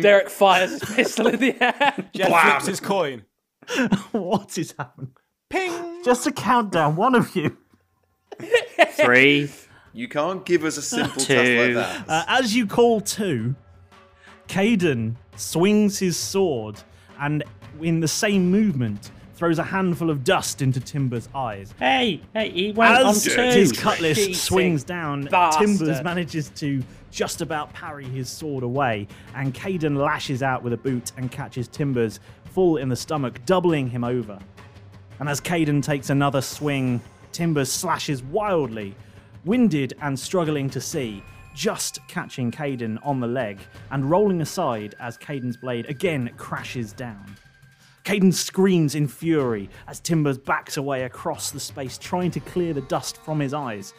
Derek fires his pistol in the air.
Jeff flips his coin.
*laughs* What is happening?
*laughs* Ping.
Just a countdown, one of you.
three.
You can't give us a simple
Two.
test like that.
Uh, as you call two, Caden swings his sword and in the same movement throws a handful of dust into Timber's eyes.
Hey, hey, he went
As
on two.
his cutlass
*laughs*
Cheating
swings down,
bastard.
Timbers manages to just about parry his sword away, and Caden lashes out with a boot and catches Timbers full in the stomach, doubling him over. And as Caden takes another swing, Timbers slashes wildly, winded and struggling to see, just catching Caden on the leg and rolling aside as Caden's blade again crashes down. Caden screams in fury as Timbers backs away across the space, trying to clear the dust from his eyes.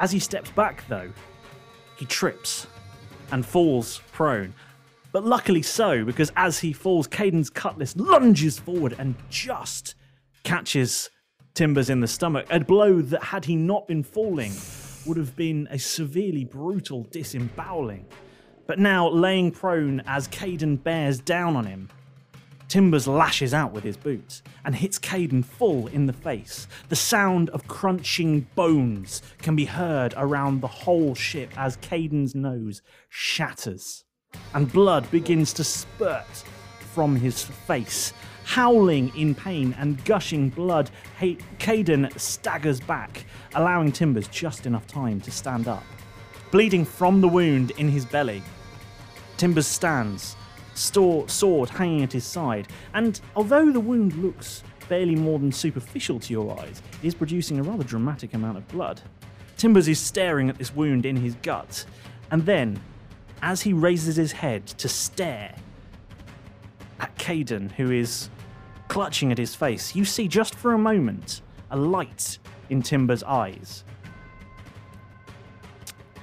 As he steps back, though, he trips and falls prone. But luckily so, because as he falls, Caden's cutlass lunges forward and just catches Timbers in the stomach. A blow that, had he not been falling, would have been a severely brutal disemboweling. But now, laying prone as Caden bears down on him, Timbers lashes out with his boots and hits Caden full in the face. The sound of crunching bones can be heard around the whole ship as Caden's nose shatters and blood begins to spurt from his face. Howling in pain and gushing blood, Ha- Caden staggers back, allowing Timbers just enough time to stand up. Bleeding from the wound in his belly, Timbers stands, store, sword hanging at his side, and although the wound looks barely more than superficial to your eyes, it is producing a rather dramatic amount of blood. Timbers is staring at this wound in his gut, and then, as he raises his head to stare at Caden, who is clutching at his face, you see just for a moment a light in Timbers' eyes.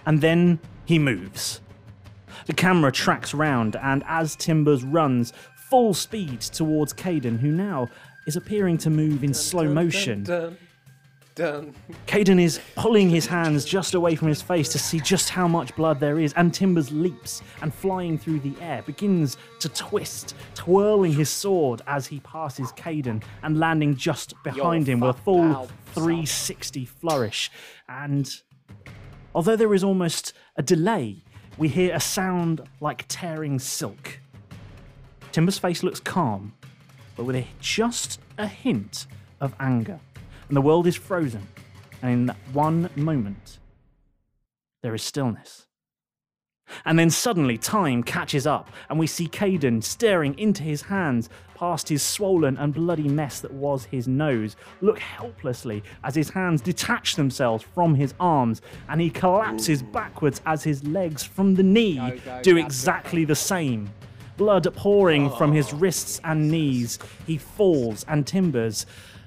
And then he moves. The camera tracks round, and as Timbers runs full speed towards Caden, who now is appearing to move in slow motion,
Dun, dun.
Caden is pulling his hands just away from his face to see just how much blood there is, and Timbers leaps and flying through the air begins to twist, twirling his sword as he passes Caden and landing just behind him with a full
fucked out,
360 flourish. And although there is almost a delay, we hear a sound like tearing silk. Timber's face looks calm, but with a, just a hint of anger. And the world is frozen. And in that one moment, there is stillness. And then suddenly time catches up, and we see Caden staring into his hands past his swollen and bloody mess that was his nose, look helplessly as his hands detach themselves from his arms, and he collapses backwards as his legs from the knee
go,
do
Patrick.
exactly the same. Blood pouring from
Oh.
his wrists and knees, he falls and timbers.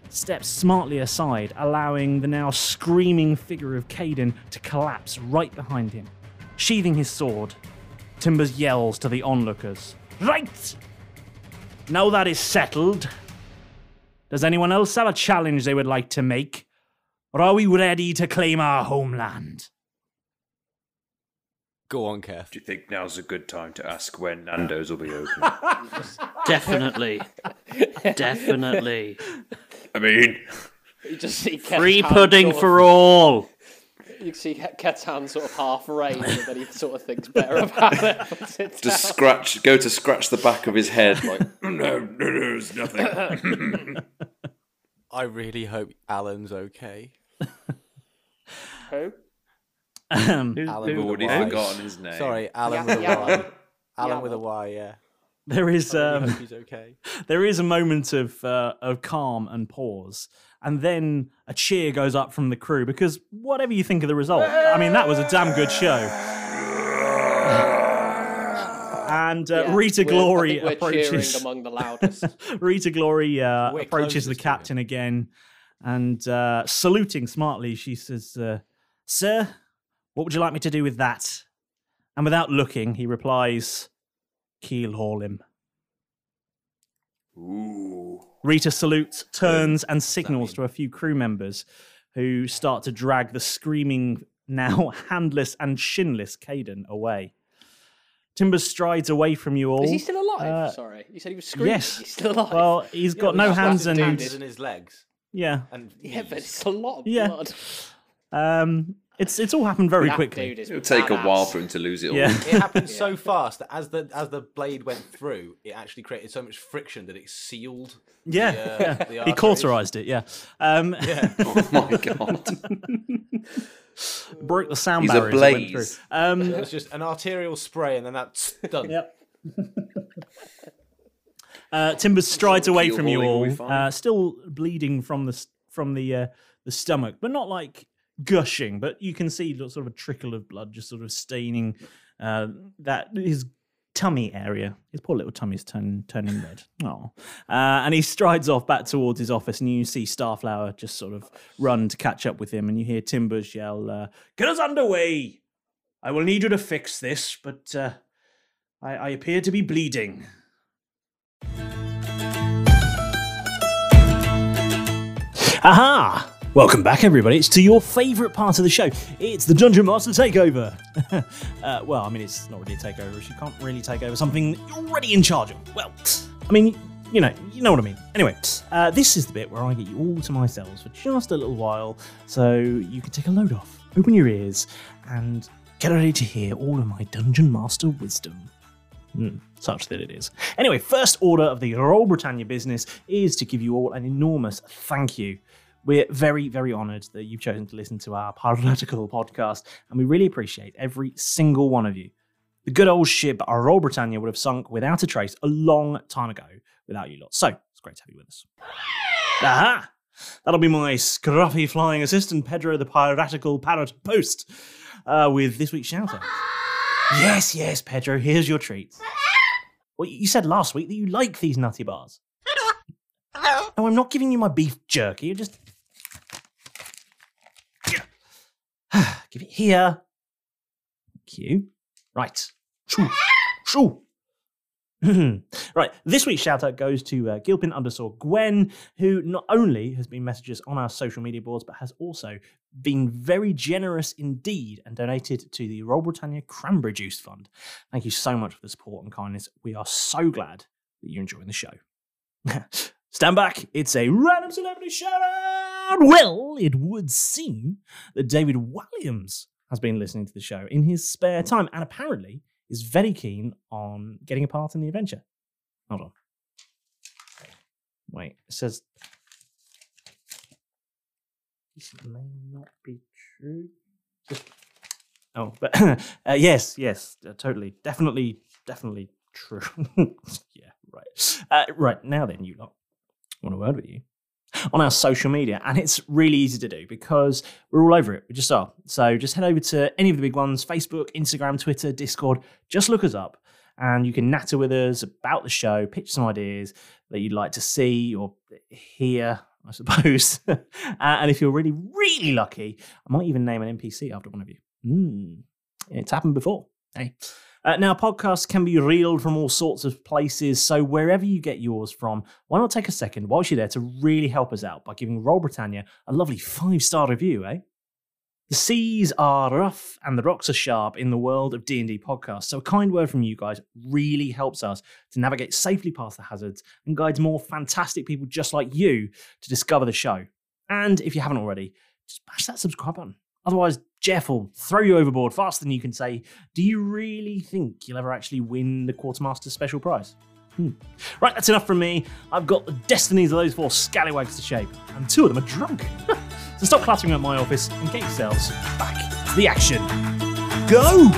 Steps smartly aside, allowing the now screaming figure of Caden to collapse right behind him. Sheathing his sword, Timbers yells to the onlookers Right! Now that is settled, does anyone else have a challenge they would like to make? Or are we ready to claim our homeland?
Go on, Kev.
Do you think now's a good time to ask when Nando's will be open?
Definitely. *laughs* Definitely.
I mean,
*laughs* You just see Ket's
Free
hand
pudding
sort of-
for all.
You can see Ket's hand sort of half raised, and then he sort of thinks better about *laughs* it. puts it down.
just scratch, go to scratch the back of his head, like, *laughs* no, no, no,
*laughs*
it's nothing.
I really hope Alan's okay.
Who?
Alan with
already
a Y.
forgotten his name.
Sorry, Alan with a
yeah.
Y. Alan with a Y. Yeah.
There is
I
um, *laughs*
hope he's okay.
there is a moment of uh, of calm and pause, and then a cheer goes up from the crew because whatever you think of the result, I mean that was a damn good show.
*laughs*
and uh,
Yeah,
Rita
we're- I
Glory
think we're
approaches.
cheering among the loudest.
Rita Glory uh,
We're
approaches the
closest to
captain again and uh, saluting smartly, she says, uh, Sir, what would you like me to do with that? And without looking, he replies, Keel haul him. Rita salutes, turns, and signals to a few crew members who start to drag the screaming, now *laughs* handless and shinless Caden away. Timber strides away from you all.
Is he still alive?
Uh,
Sorry, you said he was screaming.
yes.
*laughs* he's still alive.
Well, he's got no hands
His
and
his legs.
yeah,
And
yeah, but
knees.
it's a lot of
Yeah.
blood.
Um, it's it's all happened very
That
quickly.
dude is
It'll take a
badass.
while for him to lose it all.
Yeah.
It
*laughs*
happened so fast that as the as the blade went through, it actually created so much friction that it sealed.
Yeah,
uh,
yeah.
the
he
arteries.
cauterized it. Yeah, um, *laughs*
Oh *laughs* my god.
broke the sound
He's
barriers. that went
ablaze.
through. Um,
It was just an arterial spray, and then
*laughs*
that's done.
Yep. uh, Timber strides away
keel
from you
hauling,
all,
we'll be fine.
uh, still bleeding from the s- from the uh, the stomach, but not like gushing. But you can see lo- sort of a trickle of blood, just sort of staining uh, that his tummy area. His poor little tummy's turn, turning
*laughs*
red. Oh, uh, and he strides off back towards his office, and you see Starflower just sort of run to catch up with him, and you hear Timbers yell, uh, "Get us underway! I will need you to fix this, but." Uh, I, I appear to be bleeding. Aha! Welcome back, everybody. It's to your favourite part of the show. It's the Dungeon Master Takeover. *laughs* uh, well, I mean, it's not really a takeover. She can't really take over something that you're already in charge of. Well, I mean, you know, you know what I mean. Anyway, uh, this is the bit where I get you all to myself for just a little while, so you can take a load off, open your ears, and get ready to hear all of my Dungeon Master wisdom Mm, such that it is. Anyway, first order of the Royal Britannia business is to give you all an enormous thank you. We're very, very honoured that you've chosen to listen to our political podcast, and we really appreciate every single one of you. The good old ship Royal Britannia would have sunk without a trace a long time ago without you lot. So it's great to have you with us. Aha! That'll be my scruffy flying assistant, Pedro the Piratical Parrot Post, uh, with this week's shout out. Yes, yes, Pedro, here's your treats. Well, you said last week that you like these nutty bars. No, I'm not giving you my beef jerky. You're just. *sighs* Yeah. Give it here. Thank you. Right. Shoo. Shoo. *laughs* right, this week's shout out goes to uh, Gilpin underscore Gwen, who not only has been messages on our social media boards, but has also been very generous indeed and donated to the Royal Britannia Cranberry Juice Fund. Thank you so much for the support and kindness. We are so glad that you're enjoying the show. *laughs* Stand back. It's a random celebrity shout out. Well, it would seem that David Williams has been listening to the show in his spare time and apparently is very keen on getting a part in the adventure. Hold on. Wait, it says. This may not be true. Oh, but *coughs* uh, yes, yes, uh, totally, definitely, definitely true. *laughs* yeah, right. Uh, right now, then, you lot, I want a word with you on our social media, and it's really easy to do because we're all over it. We just are. So just head over to any of the big ones: Facebook, Instagram, Twitter, Discord. Just look us up, and you can natter with us about the show, pitch some ideas that you'd like to see or hear. I suppose. *laughs* uh, and if you're really, really lucky, I might even name an NPC after one of you. Mm. It's happened before. Hey. Uh, now, podcasts can be reeled from all sorts of places, so wherever you get yours from, why not take a second whilst you're there to really help us out by giving Roll Britannia a lovely five star review, eh? The seas are rough and the rocks are sharp in the world of D&D podcasts, so a kind word from you guys really helps us to navigate safely past the hazards and guides more fantastic people just like you to discover the show. And if you haven't already, just bash that subscribe button. Otherwise, Jeff will throw you overboard faster than you can say, Do you really think you'll ever actually win the Quartermaster special prize? Hmm. Right, that's enough from me. I've got the destinies of those four scallywags to shape, and two of them are drunk. *laughs* so stop clattering at my office and get yourselves back to the action. Go!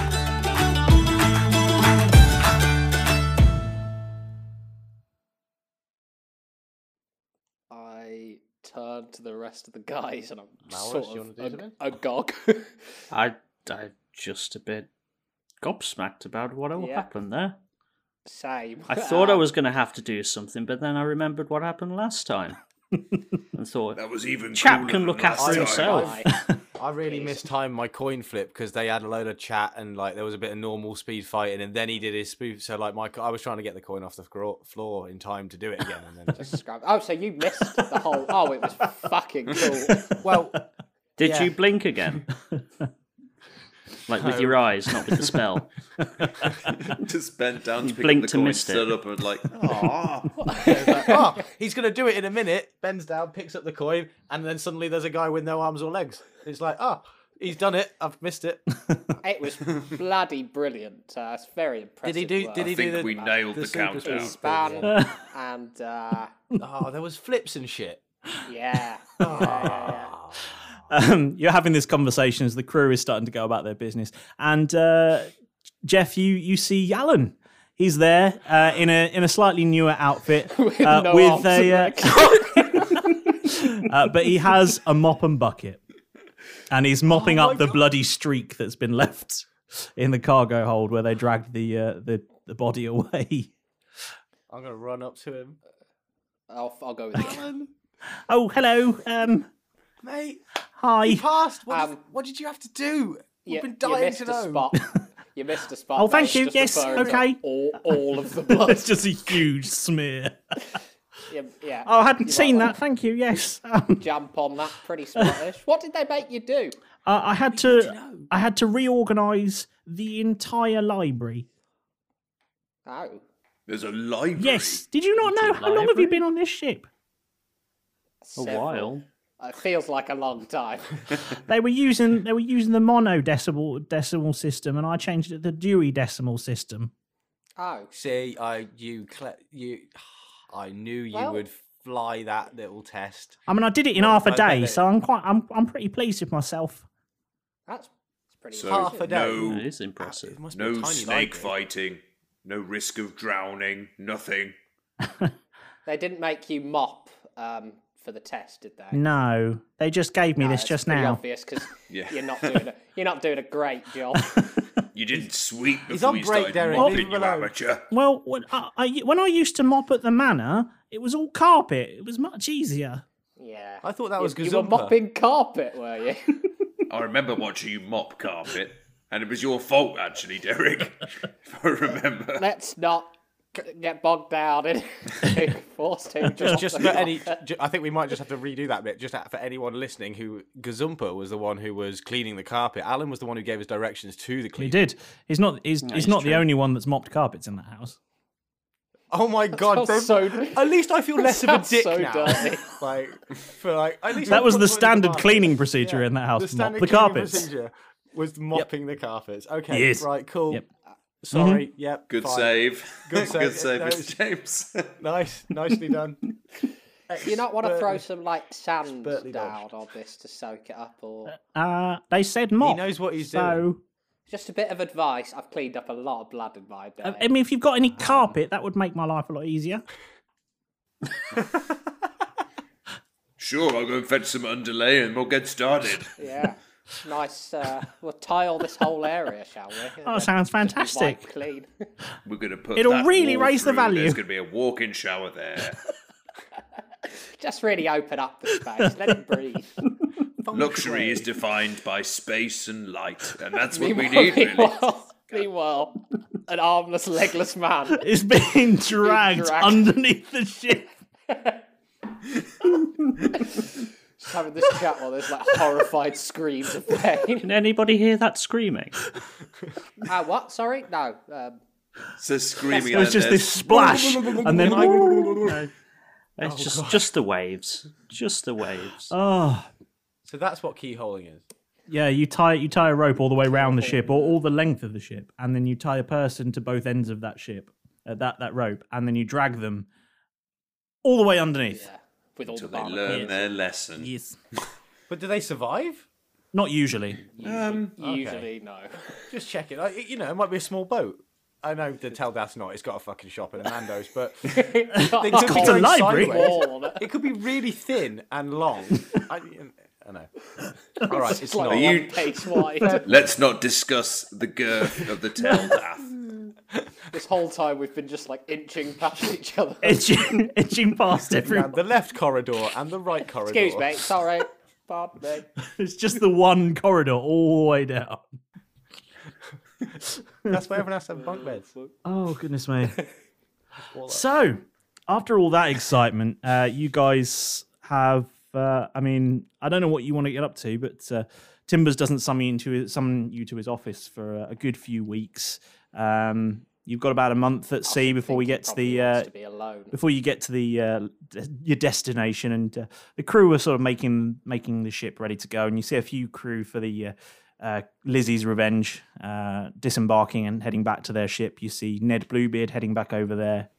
I turn to the rest of the guys and I'm
Maurice,
sort
do you wanna
of
do
ag-
something?
agog.
I, I'm just a bit gobsmacked about what all
Yeah.
happened there.
*laughs* Same.
I thought I
Um, *laughs*
was going to have to do something, but then I remembered what happened last *laughs* time and thought,
That was even
chap
cooler
can
than
look
last
after
time.
himself.
I really
Jeez.
mistimed my coin flip because they had a load of chat and like there was a bit of normal speed fighting, and then he did his spoof. So like my, co- I was trying to get the coin off the gro- floor in time to do it again,
*laughs*
and then just,
Scrap- Oh, so you missed the whole. Oh, it was fucking cool.
well,
Did
*laughs*
Yeah.
you blink again? like with your eyes, not with the
*laughs*
spell.
Just bent down *laughs* to pick up
blinked
the
and
coin,
missed it.
stood up and
*laughs*
like, ah.
oh, *laughs* he's going to do it in a minute. Bends down, picks up the coin, and then suddenly there's a guy with no arms or legs. It's like, oh, he's done it. I've missed it.
It was bloody brilliant. Uh, it's very impressive.
Did he do?
work.
Did he
I think
do the?
we nailed the,
the super
countdown.
speed?
Span
*laughs*
and uh,
Oh, there was flips and shit. Ah.
yeah. Yeah, yeah, yeah.
um, you're having this conversation as the crew is starting to go about their business. And uh, Jeff, you you see Yallen. He's there uh, in a in a slightly newer outfit *laughs* with,
no arms and
*laughs* uh, but he has a mop and bucket, and he's mopping up the bloody streak that's been left in the cargo hold where they dragged the uh, the the body away.
I'm going to run up to him.
I'll, I'll go with it.
Alan,
Oh, hello. Um,
mate,
hi. *laughs*
you passed. What, did,
Um,
what did you have to do? We've
You-
been
you
dying
missed
to
a
know.
spot. You
*laughs*
missed a spot.
Oh, thank
That's
you.
just
Yes,
referring to
okay.
All, all of the blood. *laughs*
It's just a huge smear.
yeah, yeah.
Ah.
Oh, I hadn't *laughs*
You
seen
might
that. Thank you. Yes. Um,
Jump on that, pretty Scottish. what did they make you do?
Uh, I had to I had to reorganize the entire library.
Oh,
There's a library.
Yes, did you not know? How long have you been on this ship?
A
several.
while.
It feels like a long time. *laughs*
They were using they were using the mono decimal decimal system, and I changed it to the Dewey decimal system.
Oh,
See, I you cle- you. I knew you
Well-
would fly that little test.
I mean, I did it in half a
I bet
day,
it-
so I'm quite I'm I'm pretty pleased with myself.
that's, that's pretty.
So,
Half a day.
That
no,
is
*laughs*
impressive.
It must be a
no
tiny
snake
library.
fighting, no risk of drowning, nothing.
They didn't make you mop um, for the test, did they?
No, they just gave me this
It's
just
pretty
now.
Obvious
*laughs*
because
Yeah.
you're not doing a, you're not doing a great
*laughs*
job.
You didn't sweep
He's
before
on
you
break,
started
Derek, leave
mopping,
him
you
alone.
amateur.
Well, when I, I when I used to mop at the manor, it was all carpet. It was much easier.
Yeah.
I thought that
You-
was
you were
Gazumpa.
mopping carpet, were you?
*laughs*
I remember watching you mop carpet, and it was your fault, actually, Derek, *laughs* if I remember.
Let's not get bogged
*laughs*
down in forced to just
just for any, ju- I think we might just have to redo that bit. Just for anyone listening, who Gazumpa was the one who was cleaning the carpet. Alan was the one who gave us directions to the
He
clean.
did. He's not. He's, he's
it's
not the
true.
only one that's mopped carpets in that house.
Oh my god!
sounds
they've-
so-
at least I
*laughs*
feel less of a
sounds
dick
so
now.
dirty.
*laughs* like for like at least
That
I've
was
got
the
something to
standard
mark.
cleaning procedure
Yeah.
in that house. mop
standard
the
cleaning
carpets.
procedure was mopping the carpets. Okay,
Yes.
right, cool. Uh,
Yep. Mm-hmm.
Sorry. Yep.
*laughs* Good
fine.
save.
Good save. That
Mr.
was-
James. *laughs*
Nice,
*laughs*
nicely done.
You not want to throw
Spurtly-
some like sand
Spurtly
down
dodged.
on this to soak it up, or
Uh, they said mop.
knows what he's
so,
doing.
just a bit of advice. I've cleaned up a lot of blood in my day.
I- I mean, if you've got any carpet, that would make my life a lot easier.
Sure, I'll go and fetch some underlay and we'll get started.
yeah, nice. Uh, we'll tile this whole area, shall we?
*laughs* Oh, sounds fantastic.
Wipe clean. *laughs*
We're going to put
It'll
that
really
wall
raise the
through.
value.
There's going to be a walk-in shower
*laughs*
there.
Just really open up the space. Let it breathe.
Luxury is defined by space and light, and that's what we
Meanwhile-
need, really. *laughs*
meanwhile- Meanwhile, an armless, legless man.
It's being dragged
dragged.
underneath the ship.
Just having this chat while there's like horrified screams of pain. *laughs*
Can anybody hear that screaming?
Ah, what? Sorry? No. Um,
So screaming
It was
and
just
then
this *laughs* splash, and then
It's just just the waves, just the waves.
oh,
So that's what keyholing is.
yeah, you tie you tie a rope all the way around the ship, or all the length of the ship, and then you tie a person to both ends of that ship, uh, that that rope, and then you drag them all the way underneath.
yeah. With all the
they
barnacles.
learn their lesson.
Yes,
But do they survive?
not usually.
Usually, no.
Just check it. Like, you know, it might be a small boat. I know the Teldath's not. It's got a fucking shop in a Nando's,
*laughs*
but
*laughs*
They could be
a
going
library.
sideways.
Wall on it.
It could be really thin and long. I, I know. All right, it's
like
not.
Are
one
you-
page wide.
Let's not discuss the
*laughs*
girth of the Teldath.
this whole time we've been just like inching past each
*laughs*
other.
*laughs* Itching, itching past everyone.
And the left corridor and the right corridor.
Excuse me, sorry. Pardon me.
It's just the one corridor all the way down.
That's why everyone has to have bunk
*laughs*
beds.
Oh goodness me! so, after all that excitement, uh, you guys have. Uh, I mean, I don't know what you want to get up to, but uh, Timbers doesn't summon you into his, summon you to his office for a, a good few weeks. Um, you've got about a month at sea before we
Think he
get to the
probably
uh,
wants to be alone.
before you get to the uh, de- your destination, and uh, the crew are sort of making making the ship ready to go, and you see a few crew for the uh, uh, Lizzie's Revenge uh, disembarking and heading back to their ship. You see Ned Bluebeard heading back over there,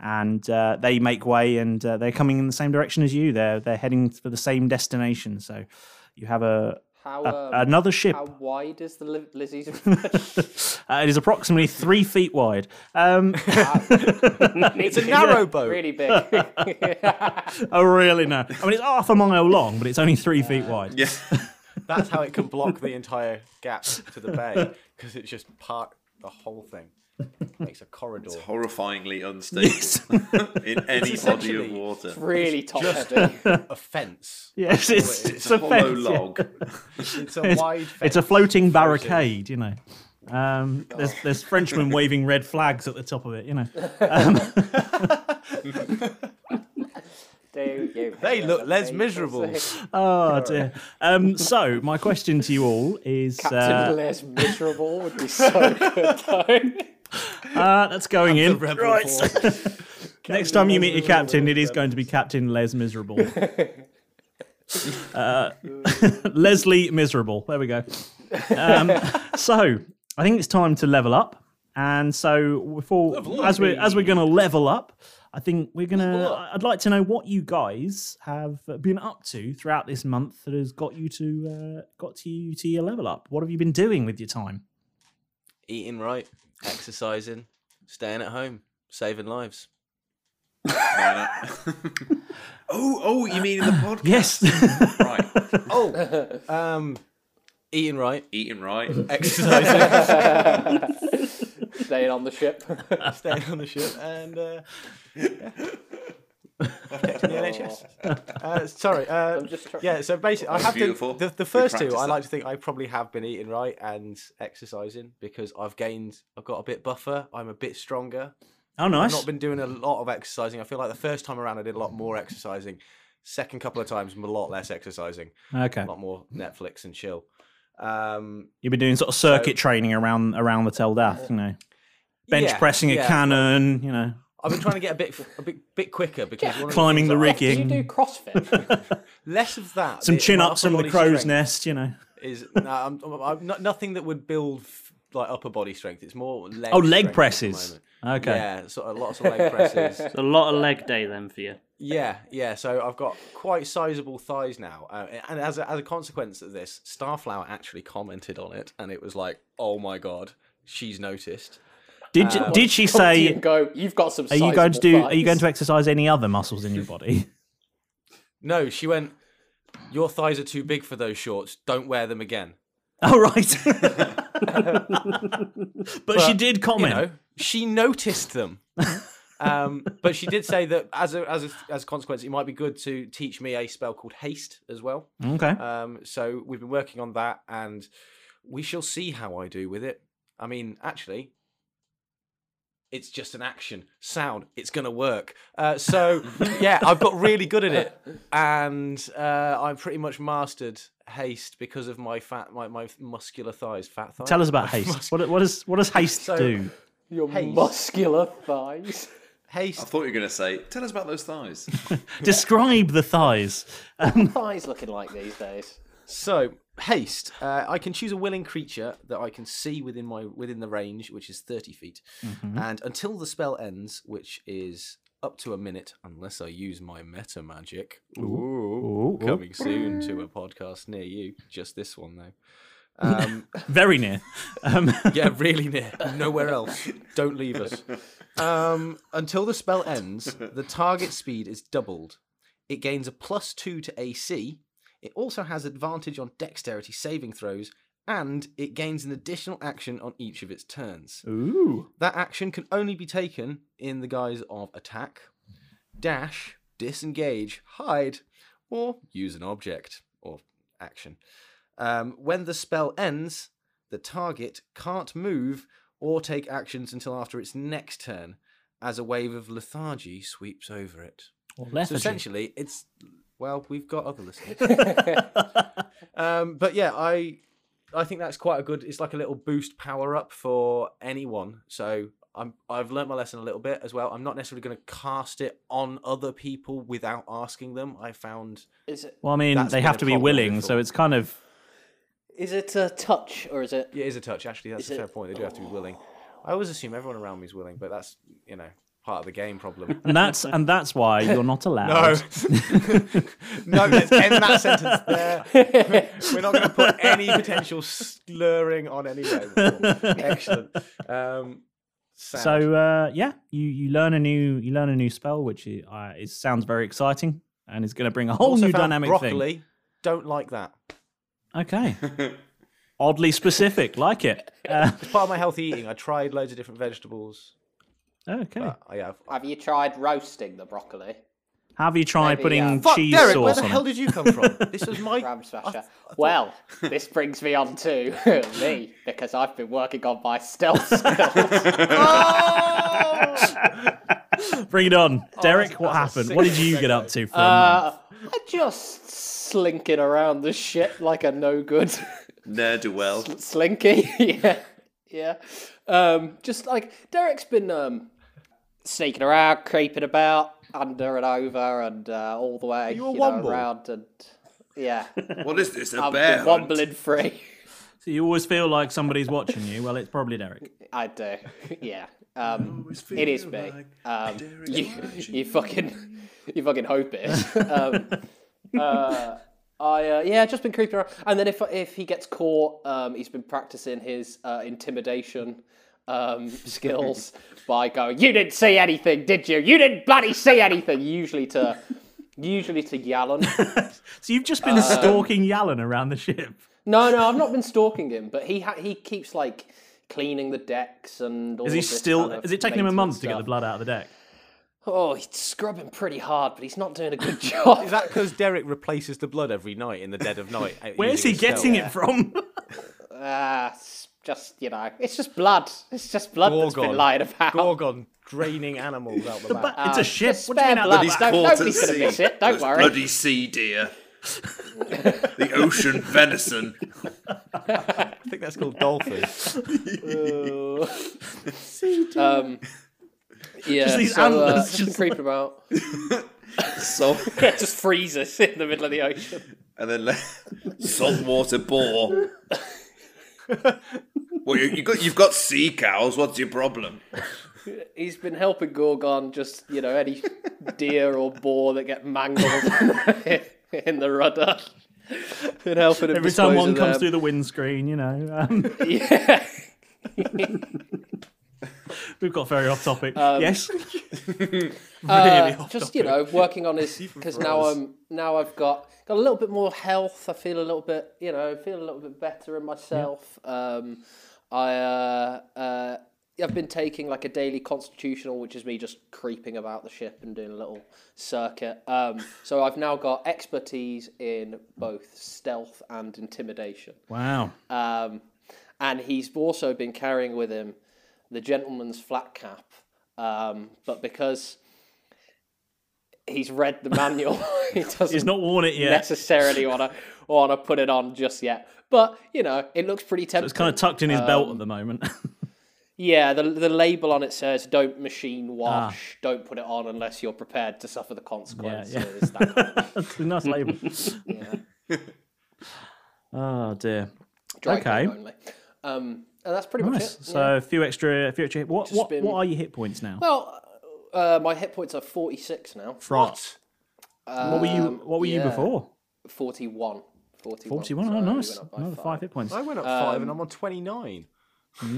and uh, they make way, and uh, they're coming in the same direction as you. They're they're heading for the same destination, so you have a,
How,
a
um,
uh, another ship.
How wide is the Li-
*laughs*
*laughs* Lizzie's?
uh, it is approximately three feet wide. Um,
it's
a narrow boat.
*laughs*
Really big.
I Oh, really know. I mean, it's half a mile long, but it's only three feet wide.
Yeah.
That's how it can block the entire gap to the bay because it's just parked the whole thing. Makes a corridor.
Horrifyingly unstable *laughs* in any body of
essentially
water.
really top heavy.
A fence.
Yes, it's, it's,
It's
a
a hollow
fence, yeah.
log.
It's a wide fence.
It's a floating barricade, you know. Um, there's there's Frenchmen waving red flags at the top of it, you know. *laughs*
Do you
They
hear
look
the
less
people
miserable.
sing?
Oh dear. Um, so my question to you all is
Captain
uh,
less miserable would be so good. Though.
*laughs* uh, that's going in.
rebel
Right.
*laughs*
Next time you meet your
Les
captain, it is going to be Captain Les Miserable. uh, *laughs* Leslie Miserable. There we go. Um, so I think it's time to level up. And so before, as we're as we're going to level up, I think we're gonna. I'd like to know what you guys have been up to throughout this month that has got you to uh, got to you to your level up. What have you been doing with your time?
Eating right, exercising, staying at home, saving lives.
*laughs*
oh, oh, you mean in the podcast?
Yes.
Right.
Oh, um,
Eating
*laughs*
right,
*laughs*
Eating right.
exercising,
Staying on the ship.
*laughs* staying on the ship, and uh, yeah. protecting the
*laughs*
NHS. Uh, sorry. Uh,
I'm just trying.
yeah, so basically, I
That's
have
beautiful.
to. The,
We
the first two,
practiced
I
that.
like to think I probably have been eating right and exercising because I've gained, I've got a bit buffer, I'm a bit stronger.
*laughs* Oh,
I've
nice.
not been doing a lot of exercising. I feel like the first time around I did a lot more exercising. Second couple of times, I'm a lot less exercising,
okay.
a lot more Netflix and chill. Um,
You've been doing sort of circuit training around around the Tell Death, you know, bench
yeah,
pressing a
yeah.
cannon, you know,
I've been trying to get a bit a bit, bit quicker because one of
climbing the
things
Jeff, Do you
rigging,
*laughs*
do CrossFit?
that- less of that.
some
the-
chin
my
ups from
upper
the
body
crow's
strength
nest, you know.
Is no, I'm, I'm, I'm not, nothing that would build f- like upper body strength. It's more leg.
Oh, leg
strength at the
presses.
moment.
Okay.
Yeah, sort of lots of leg presses.
*laughs*
It's a lot of leg day then for you.
Yeah, yeah. So I've got quite sizable thighs now, uh, and as a, as a consequence of this, Starflower actually commented on it, and it was like, "Oh my god, she's noticed."
Did you, did she say?
you go. You've got some.
Are you going to
sizable
do? Are you going
thighs."
to exercise any other muscles in your body? *laughs*
No, she went, "Your thighs are too big for those shorts. Don't wear them again."
oh right. *laughs* but, she did
You
comment.
know, she noticed them. um, but she did say that as a as a as a consequence, it might be good to teach me a spell called haste as well.
okay.
Um, so we've been working on that, and we shall see how I do with it. I mean, actually, it's just an action sound. It's gonna work. Uh,
*laughs*
so yeah, I've got really good at it, and uh, I'm pretty much mastered haste because of my fat, my, my muscular thighs, fat thighs.
Tell us
*laughs*
about haste. What, what does what does haste
So-
do?
Your muscular thighs.
I
haste.
thought you were going to say, tell us about
*laughs*
those thighs.
Describe the thighs.
*laughs* thighs looking like these days.
So haste. Uh, I can choose a willing creature that I can see within my within the range, which is thirty feet,
Mm-hmm.
and until the spell ends, which is up to a minute, unless I use my meta magic.
Ooh, ooh.
Coming soon to a podcast near you. Just this one though.
*laughs*
Um,
Very near. Um,
*laughs* yeah, really near. Nowhere else. Don't leave us. Um, until the spell ends, the target speed is doubled. It gains a plus two to AC. It also has advantage on dexterity saving throws, and it gains an additional action on each of its turns.
ooh.
That action can only be taken in the guise of attack, dash, disengage, hide, or use an object or action. Um, when the spell ends, the target can't move or take actions until after its next turn, as a wave of lethargy sweeps over it.
Or
So
lethargy. *laughs*
essentially, it's well, we've got other listeners. um, but yeah, I
I think that's quite a good. It's like a little boost power up for anyone. So I'm I've learnt my lesson a little bit as well. I'm not necessarily going to cast it on other people without asking them. I found
Is it
Well, I mean,
That's
they
been
have
a
to be
problem
willing,
before.
so it's kind of
is it a touch or is it?
it is a touch. Actually, that's
Is
a fair
it-
point. They do have to be willing. I always assume everyone around me is willing, but that's you know part of the game
*laughs*
problem. *laughs*
and that's and that's why you're not allowed.
No.
*laughs*
no, let's end that sentence there.
*laughs* We're not going to put any potential slurring on any
*laughs*
way. Excellent. Um, sound.
So uh, yeah, you, you learn a new you learn a new spell, which i- uh, it sounds very exciting and is going to bring a whole
Also
new
found
dynamic
broccoli. Don't like that.
thing. Okay, oddly specific, like it. Uh,
It's part of my healthy eating. I tried loads of different vegetables.
okay,
but I have.
Have you tried roasting the broccoli?
have you tried
maybe,
putting
um,
uh, Fuck,
cheese
Derek, where
sauce
the
on
hell
it?
did you come
*laughs*
from? This was my.
Ram smasher. Well, this brings me on to *laughs* me because I've been working on my
*laughs*
stealth skills.
Bring it on, Derek. what happened? What did you get up to? For a month?
Uh, I just slinking around the ship like a no good *laughs*
Ne'er do well.
slinky. *laughs* yeah, yeah. Um, just like Derek's been um, sneaking around, creeping about under and over and uh, all the way
you a
you know,
womble?
around and yeah,
What is this? *laughs* A
I'm
bear? hunt?
wobbling free.
So you always feel like somebody's watching you. Well, it's probably Derek.
I do. *laughs* Yeah. Um, it is me. Um, you, *laughs* you fucking, you fucking hope it is.
*laughs*
Um, uh, I uh, yeah, just been creeping around. And then if if he gets caught, um, he's been practicing his uh, intimidation
*laughs*
um, skills by going, "You didn't see anything, did you? You didn't bloody see anything." Usually to, usually
*laughs*
to Yalon.
So you've just been stalking Yalan around the ship.
No, no, I've not been stalking him, but he ha- he keeps like cleaning the decks and. All
Is he
of this
still?
kind of
Is it taking him a month
maintenance
to get the
stuff.
blood out of the deck?
Oh, he's scrubbing pretty hard, but he's not doing a good *laughs* job.
Is that
Because Derek replaces the blood every night in the dead
*laughs*
of night. uh,
Where's
using
he
his spell.
getting it from? *laughs*
Ah, it's just you know, it's just blood. It's just blood that's been
Gorgon.
lying about.
Gorgon draining animals *laughs* out the back.
it's a ship.
Just
What do you
spare
mean out
blood.
the
He's
Don't-
caught
nobody's
at
gonna
sea.
miss it. Don't
Those
worry.
Bloody sea deer. the ocean venison.
I think that's called dolphins.
*laughs* Um, yeah,
Just these
so, uh,
antlers,
just been
just- *laughs*
creeping about. *laughs*
Salt,
just freezes in the middle of the ocean.
and then le- saltwater boar. well, you, you got, you've got sea cows. What's your problem?
He's been helping Gorgon just, you know, any deer or boar that get mangled *laughs* in the rudder. And helping him
Every time
dispose
one
of
comes
them.
through the windscreen, you know. *laughs* Um,
*laughs* Yeah.
we've got very off topic.
Um, *laughs*
yes.
Uh,
off
just you know, working on his because now I'm now I've got got a little bit more health. I feel a little bit, you know, feel a little bit better in myself. Um, I uh, uh, I've been taking like a daily constitutional, which is me just creeping about the ship and doing a little circuit. Um, so I've now got expertise in both stealth and intimidation.
Wow.
Um, and he's also been carrying with him the gentleman's flat cap. Um, but because he's read the manual, *laughs* he doesn't
He's not worn it yet.
necessarily want to want to put it on just yet. But you know, it looks pretty tempting.
It's kind of tucked in his belt at the moment. *laughs*
Um, yeah, the the label on it says "Don't machine
Ah.
wash. Don't put it on unless you're prepared to suffer the consequences." That kind
*laughs*
of
It's a nice label. *laughs* Oh dear. *laughs*
dry
Okay.
clean only. Um, and that's pretty much
Nice.
it.
So a few extra, a few extra. What what,
been- Um,
what are your hit points now?
Well, uh, my hit points are forty six now. Um,
What? what were you? What were you
yeah.
before?
41. 41.
Forty-one.
so
Oh,
we
nice.
went up by
Another five hit points.
I went up five
Um,
and I'm on 29.
nice.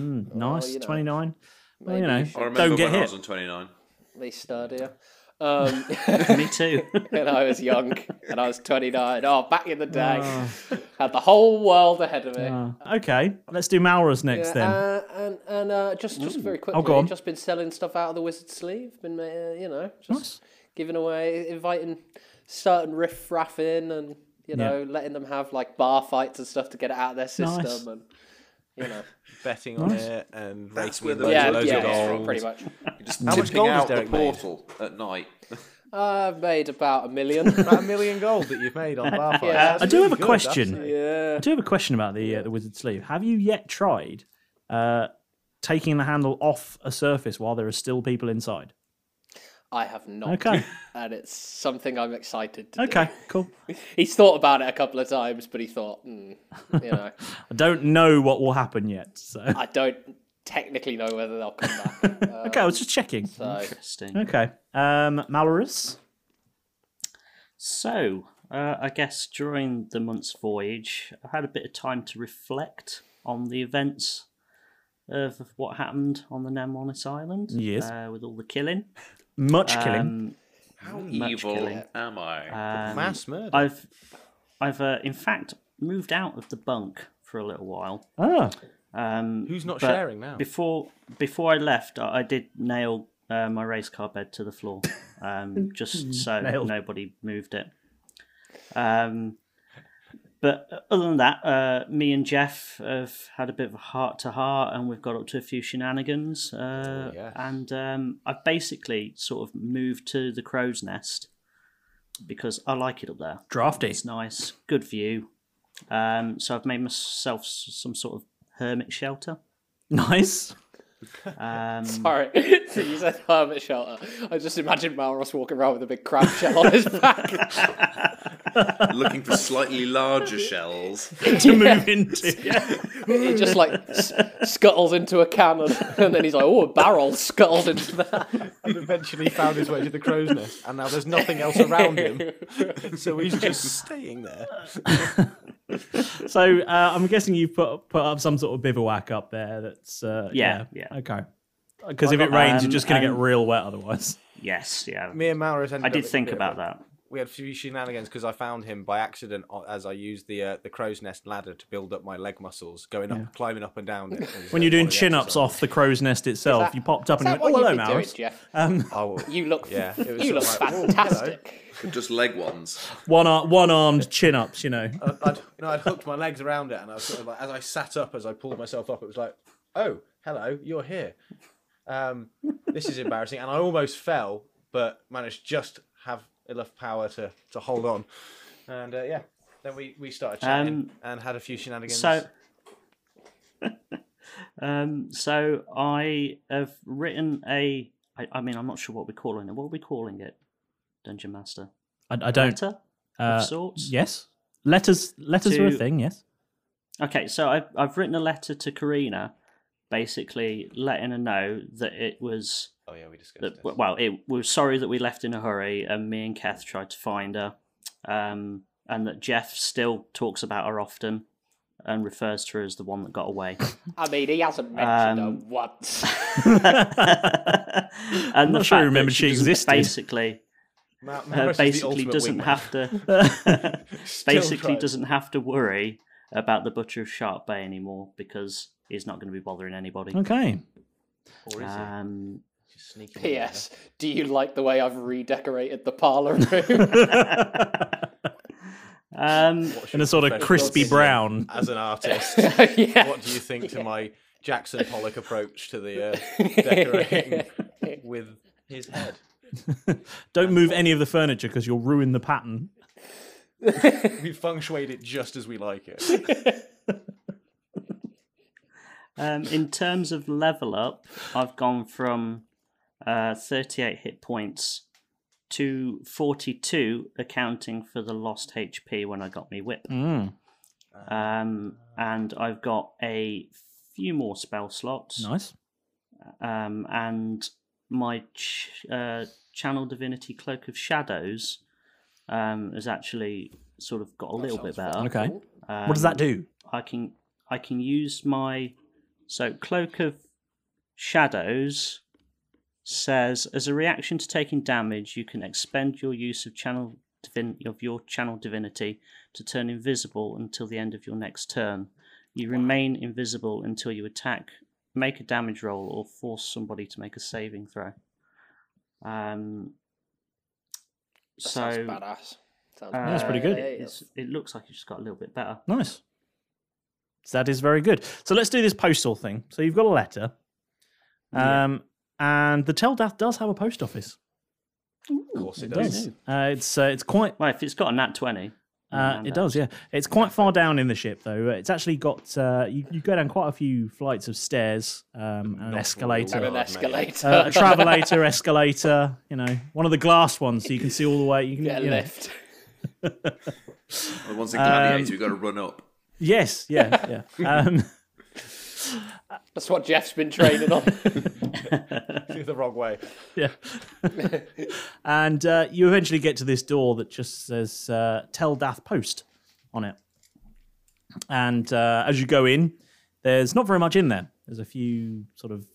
you know.
Twenty-nine. Well, you
Maybe
know,
you should-
I remember
don't get
when I
hit.
was on 29.
At least sturdier. Um, *laughs*
Me too.
*laughs*
and I was young and I was 29. Oh, back in the day.
Ah.
*laughs* Had the whole world ahead of me.
Uh, okay, let's do Maura's next then.
Uh, and and uh, just just very quickly,
Oh, go on.
just been selling stuff out of the wizard's sleeve. Been uh, you know just
Nice.
giving away, inviting certain riff raff in, and you know letting them have like bar fights and stuff to get it out of their system.
Nice.
And
You know.
*laughs* betting on it and
That's
racing
where
with loads
the
yeah,
and
budget
loads
yeah,
of gold.
pretty much.
Just
How much
tipping
gold has
out the
Derek made?
portal at night.
I've made about a
*laughs*
million.
About a million gold that you've made on bar fights.
Yeah.
I do have a question.
yeah.
I do have a question about the uh, the wizard sleeve. Have you yet tried uh, taking the handle off a surface while there are still people inside?
I have not.
*laughs*
Okay,
And it's something I'm excited to
okay, cool.
do. He's thought about it a couple of times, but he thought, hmm, you know,
I don't know what will happen yet, so
Uh,
I don't technically know whether they'll come back.
okay, I was just checking.
So
Interesting.
Okay, um, Malorus.
So, uh, I guess during the month's voyage, I had a bit of time to reflect on the events of what happened on the Nemonis Island.
Yes.
Uh, with all the killing.
Much killing.
Um,
How
Much
evil
killing.
am I?
um,
Mass murder.
I've, I've uh, in fact moved out of the bunk for a little while.
Ah,
Um,
Who's not
but
sharing now?
Before before I left, I, I did nail uh, my race car bed to the floor, um, just so
Nailed.
nobody moved it. Um, but other than that, uh, me and Jeff have had a bit of a heart to heart, and we've got up to a few shenanigans. Uh,
Oh, yes.
And um, I've basically sort of moved to the crow's nest because I like it up there.
drafty.
It's nice, good view. Um, so I've made myself s- some sort of hermit shelter.
Nice.
Um,
Sorry, *laughs* so you said hermit shelter. I just imagine Malros walking around with a big crab shell on his back. *laughs*
Uh,
Looking for slightly larger shells.
to *laughs* move into.
He just like s- scuttles into a cannon, *laughs* and then he's like, "Oh, a barrel!" Scuttles into that.
and eventually found his way to the crow's nest, and now there's nothing else around him, *laughs* so he's just staying there.
*laughs* So uh, I'm guessing you've put put up some sort of bivouac up there. That's uh,
Yeah, yeah.
Okay. Because if it rains, you're
um,
just going to get
and-
real wet otherwise.
yes, yeah.
Me and Maurus ended
I
up
did
with a
think
bit of
about
a-
that.
We had a few shenanigans because I found him by accident o- as I used the uh, the crow's nest ladder to build up my leg muscles, going up, climbing up and down. It uh,
When you're doing chin ups off the crow's nest itself,
that-
you popped up
Is
and you
that
went,
what
"Oh
you've
hello,
been doing,
Maurus."
Jeff?
oh,
You look,
Yeah, it was
you look
sort of like, "Whoa, hello."
fantastic.
Just leg ones.
One ar- one armed chin ups, you know.
I'd, no, I'd hooked my legs around it, and I was sort of like, as I sat up, as I pulled myself up, it was like, oh, hello, you're here. Um, this is embarrassing, and I almost fell, but managed just have enough power to to hold on. And uh, yeah, then we we started chatting
Um,
and had a few shenanigans.
So, *laughs* um, so I have written a. I, I mean, I'm not sure what we're calling it. What are we calling it? Dungeon Master.
I, I don't.
Letter
Uh,
of sorts.
yes. Letters letters are a
To-
thing. Yes.
Okay, so I've I've written a letter to Karina, basically letting her know that it was
oh yeah, we discussed
that
this.
well, it we're sorry that we left in a hurry, and me and Kath tried to find her, um, and that Jeff still talks about her often, and refers to her as the one that got
*laughs*
away. *laughs*
I mean, he hasn't mentioned her
Um,
once.
and I'm
not sure I remembered she existed.
Basically,
Ma-
uh,
Maris is the
basically
ultimate
doesn't
wingman.
have to.
*laughs*
basically
tries.
doesn't have to worry about the butcher of Sharp Bay anymore because he's not going to be bothering anybody.
Okay.
Or Oh, is he?
Um,
Just sneaking in there.
P.S. Do you like the way I've redecorated the parlor room?
um,
What should
In a sort of
professional
crispy
opinion *laughs*
brown. *laughs*
As
*laughs*
an artist,
yeah.
what do you think to my Jackson Pollock approach
*laughs*
to the uh, decorating with his head?
Don't move any of the furniture because you'll ruin the pattern.
We feng shuied it just as we like *laughs* it.
um, in terms of level up, I've gone from uh, 38 hit points to 42, accounting for the lost HP when I got me whip.
Hmm.
Mm,
Um, and I've got a few more spell slots.
nice.
Um, and my ch- uh, channel divinity cloak of shadows um, has actually sort of got a little bit better.
Okay.
Um,
What does that do?
I can I can use my so cloak of shadows says as a reaction to taking damage, you can expend your use of channel divin- of your channel divinity to turn invisible until the end of your next turn. You remain invisible until you attack, make a damage roll, or force somebody to make a saving throw. Um.
That
so
sounds badass. Sounds
uh,
That's pretty good.
badass.
it's- it looks like it's just got a little bit better.
Nice. So that is very good. So let's do this postal thing. So you've got a letter, um, and the Teldath does have a post office.
Of course it
It does. Uh, it's uh, it's quite
Well, if it's got a nat 20,
uh, it does, yeah. It's quite far down in the ship, though. It's actually got uh, you, you go down quite a few flights of stairs, um, and an
And
escalator,
an
mate.
*laughs*
escalator.
uh, a travelator, escalator. You know, one of the glass ones, so you can see all the way. You can
Get a
you know.
lift.
Well, once a gladiator, we've got to run up.
Yes, yeah, yeah.
*laughs*
Um,
That's what Jeff's been training on.
the wrong way.
yeah. and uh, you eventually get to this door that just says uh, "Tell Dath Post" on it. And uh, as you go in, there's not very much in there. There's a few sort of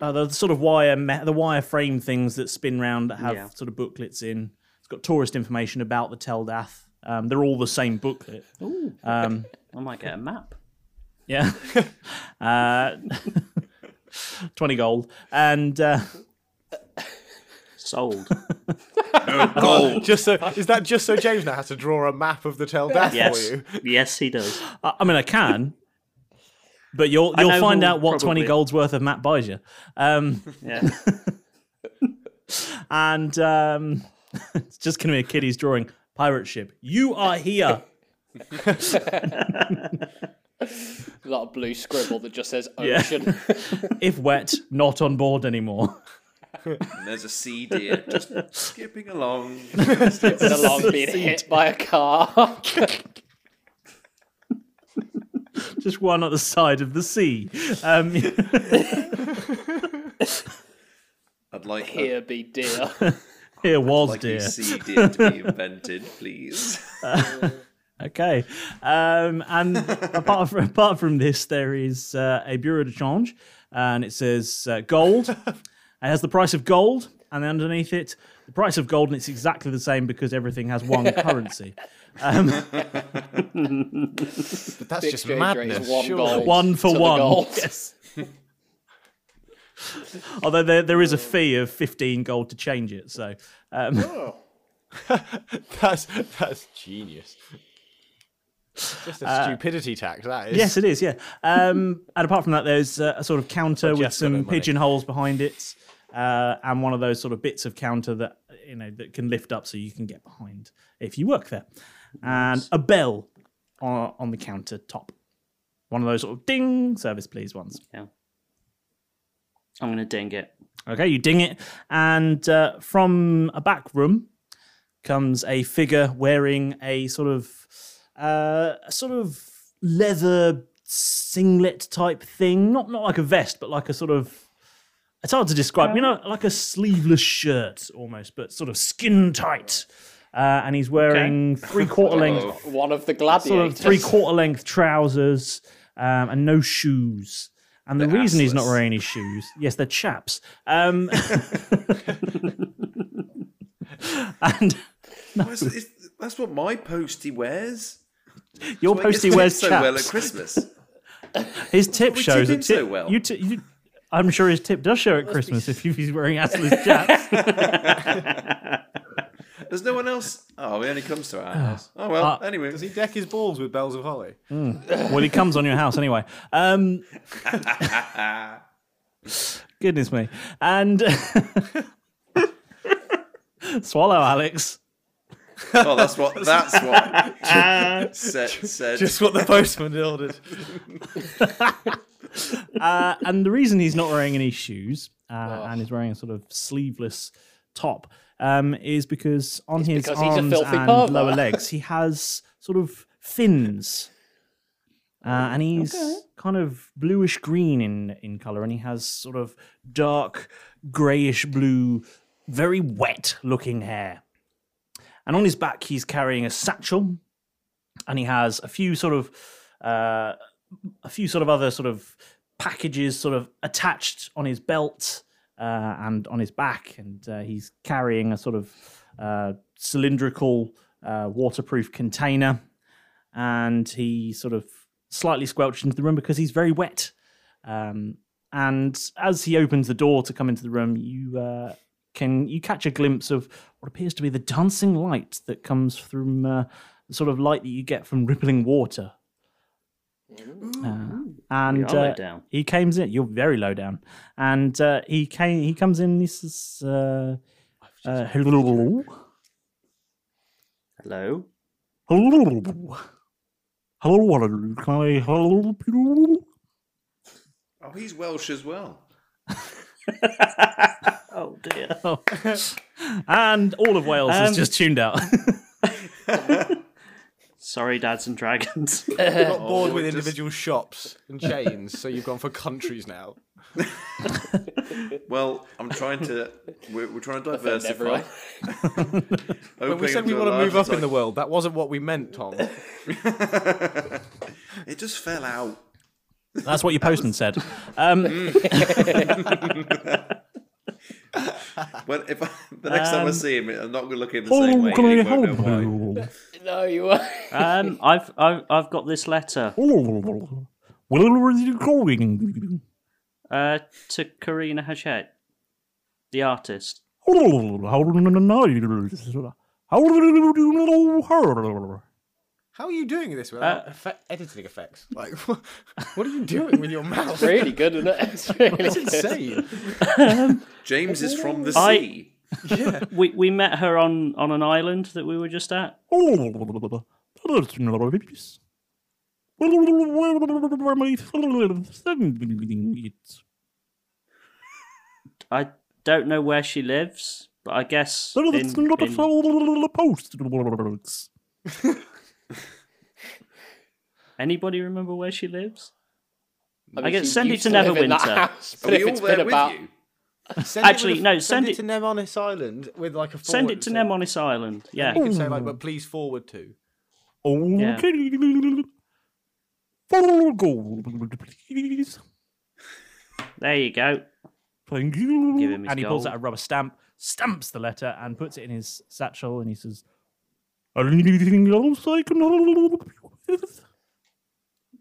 uh, the sort of wire me- the wire frame things that spin round that have
Yeah.
sort of booklets in. It's got tourist information about the Tell Dath. Um, they're all the same booklet.
Oh.
Um,
I might get a map.
yeah. *laughs* uh, *laughs* 20 gold. And uh, *laughs*
Sold.
Goal.
*laughs* Just so is that just so James now has to draw a map of the Tell Death
yes.
for you?
Yes, he
*laughs*
does.
I I mean, I can, but you'll
I
you'll
know
find
who-
out what twenty
probably.
gold's worth of map buys you. Um,
Yeah.
and um, *laughs* it's just going to be a kid who's drawing pirate ship. You are
*laughs*
here.
A lot of blue scribble that just says ocean.
if wet, not on board anymore. *laughs*
And there's a sea deer just
*laughs*
skipping along.
Been along being hit by
*laughs*
a car.
just one at the side of the sea. Um, *laughs*
I'd like
Here be dear.
here was
like
dear.
a sea deer to be invented, please.
Okay. Um,
*laughs*
and apart from apart from this, there is uh, a bureau de change, and it says uh, gold. it has the price of gold, and then underneath it, the price of gold, and it's exactly the same because everything has
*laughs*
one currency.
But that's
The
just
exchange rate is
madness.
one
surely.
gold.
One for
to the
one.
gold.
*laughs* Yes. Although there, there is a fee of fifteen gold to change it, so um,
*laughs* That's that's genius. Just a
Uh,
stupidity tax. That is.
Yes, it is. Yeah. Um, and apart from that, there's uh, a sort of counter with
Jeff's got no
some
money.
pigeonholes behind it, uh, and one of those sort of bits of counter that you know that can lift up so you can get behind if you work there, and a bell on, on the counter top, one of those sort of ding service please ones.
I'm going to ding it.
Okay, you ding it, and uh, from a back room comes a figure wearing a sort of uh, a sort of leather singlet type thing, not not like a vest, but like a sort of it's hard to describe, you know, like a sleeveless shirt almost, but sort of skin tight. Uh, and he's wearing three quarter
*laughs*
length
Oh,
One of the
sort
gladiators.
of three quarter length trousers um, and no shoes. And the reason he's not
assless.
wearing any shoes, yes, they're chaps. Um, *laughs* and
That's, it's- that's what my postie wears.
your
Well, it
postie
fits
wears
*laughs* so
chaps.
well at Christmas.
his tip
we
shows
tip
at
in
tip.
so well.
You ti- you- I'm sure his tip does show at Christmas if he's wearing assless
*laughs*
chaps.
There's no one else. Oh, he only comes to our house. Oh well.
Uh,
*laughs*
anyway,
Does he deck his balls with bells of holly?
well, he comes on your house anyway. Um,
*laughs*
goodness me. And *laughs* swallow, Alex.
oh, that's what. That's what. *laughs* said, said.
Just what the postman ordered.
*laughs* uh, and the reason he's not wearing any shoes uh,
Oh.
and is wearing a sort of sleeveless top um, is because on his
because he's a
arms
filthy
and
pervert.
lower legs he has sort of fins, uh, and he's kind of bluish green in in color, and he has sort of dark grayish blue, very wet looking hair. And on his back, he's carrying a satchel, and he has a few sort of uh, a few sort of other sort of packages sort of attached on his belt uh, and on his back, and uh, he's carrying a sort of uh, cylindrical uh, waterproof container, and he sort of slightly squelched into the room because he's very wet. Um, and as he opens the door to come into the room, you uh, can you catch a glimpse of what appears to be the dancing light that comes from uh, the sort of light that you get from rippling water and
Mm-hmm. are low
uh,
down.
he came in. You're very low down, and uh, he came. He comes in. He says, uh, uh, "Hello,
Hello.
hello, hello, can I help you?"
Oh, he's Welsh as well.
Oh
*laughs*
dear.
And all of Wales has
Um,
just tuned *laughs* out.
Sorry, dads and
*laughs*
dragons.
Uh,
You got bored with
it just-
individual shops and chains, so you've gone for countries now.
Well, I'm trying to. We're, we're trying to diversify.
everyone.
*laughs* When we said we want to move up in the world, that wasn't what we meant,
*laughs*
Tom.
*laughs* It just fell out.
That's what your postman said.
Well, if I, *laughs* the next time I see him, I'm not going to look at him the same
*laughs* Hello,
way.
can I
and he won't know
help
why.
you?
No, you were. *laughs*
um, I've, I've I've got this letter
*laughs* Hello, where are you going?
uh, to Karina Hachette, the artist.
Hello, how do you know? How do you know her?
How are you doing this without effe- editing effects? Like, *laughs* what, what are you doing with your
*laughs*
mouth?
Really good, isn't it? *laughs* It's really
It's
good.
insane.
James is from the
I-
sea.
We we met her on on an island that we were just at.
Oh, that's not a piece.
I don't know where she lives, but I guess
That's
in-
not a
in-
fellow post.
anybody remember where she lives?
mean,
I get
she
send it
used
to
live in that
Neverwinter.
house,
Are
But
we
if
all
it's
there
been
with
about
you?
Send it
Actually,
with a-
no,
Send
send
it
it-
to Nemonis Island with like a. Forward
Send it to
and
Nemonis Island. Yeah.
Oh.
You could say like, but please forward to.
Okay. Follow gold, please.
There you go.
Thank you.
Give him his
and he pulls out
gold.
a rubber stamp, stamps the letter, and puts it in his satchel, and he says, Anything else I can help you with?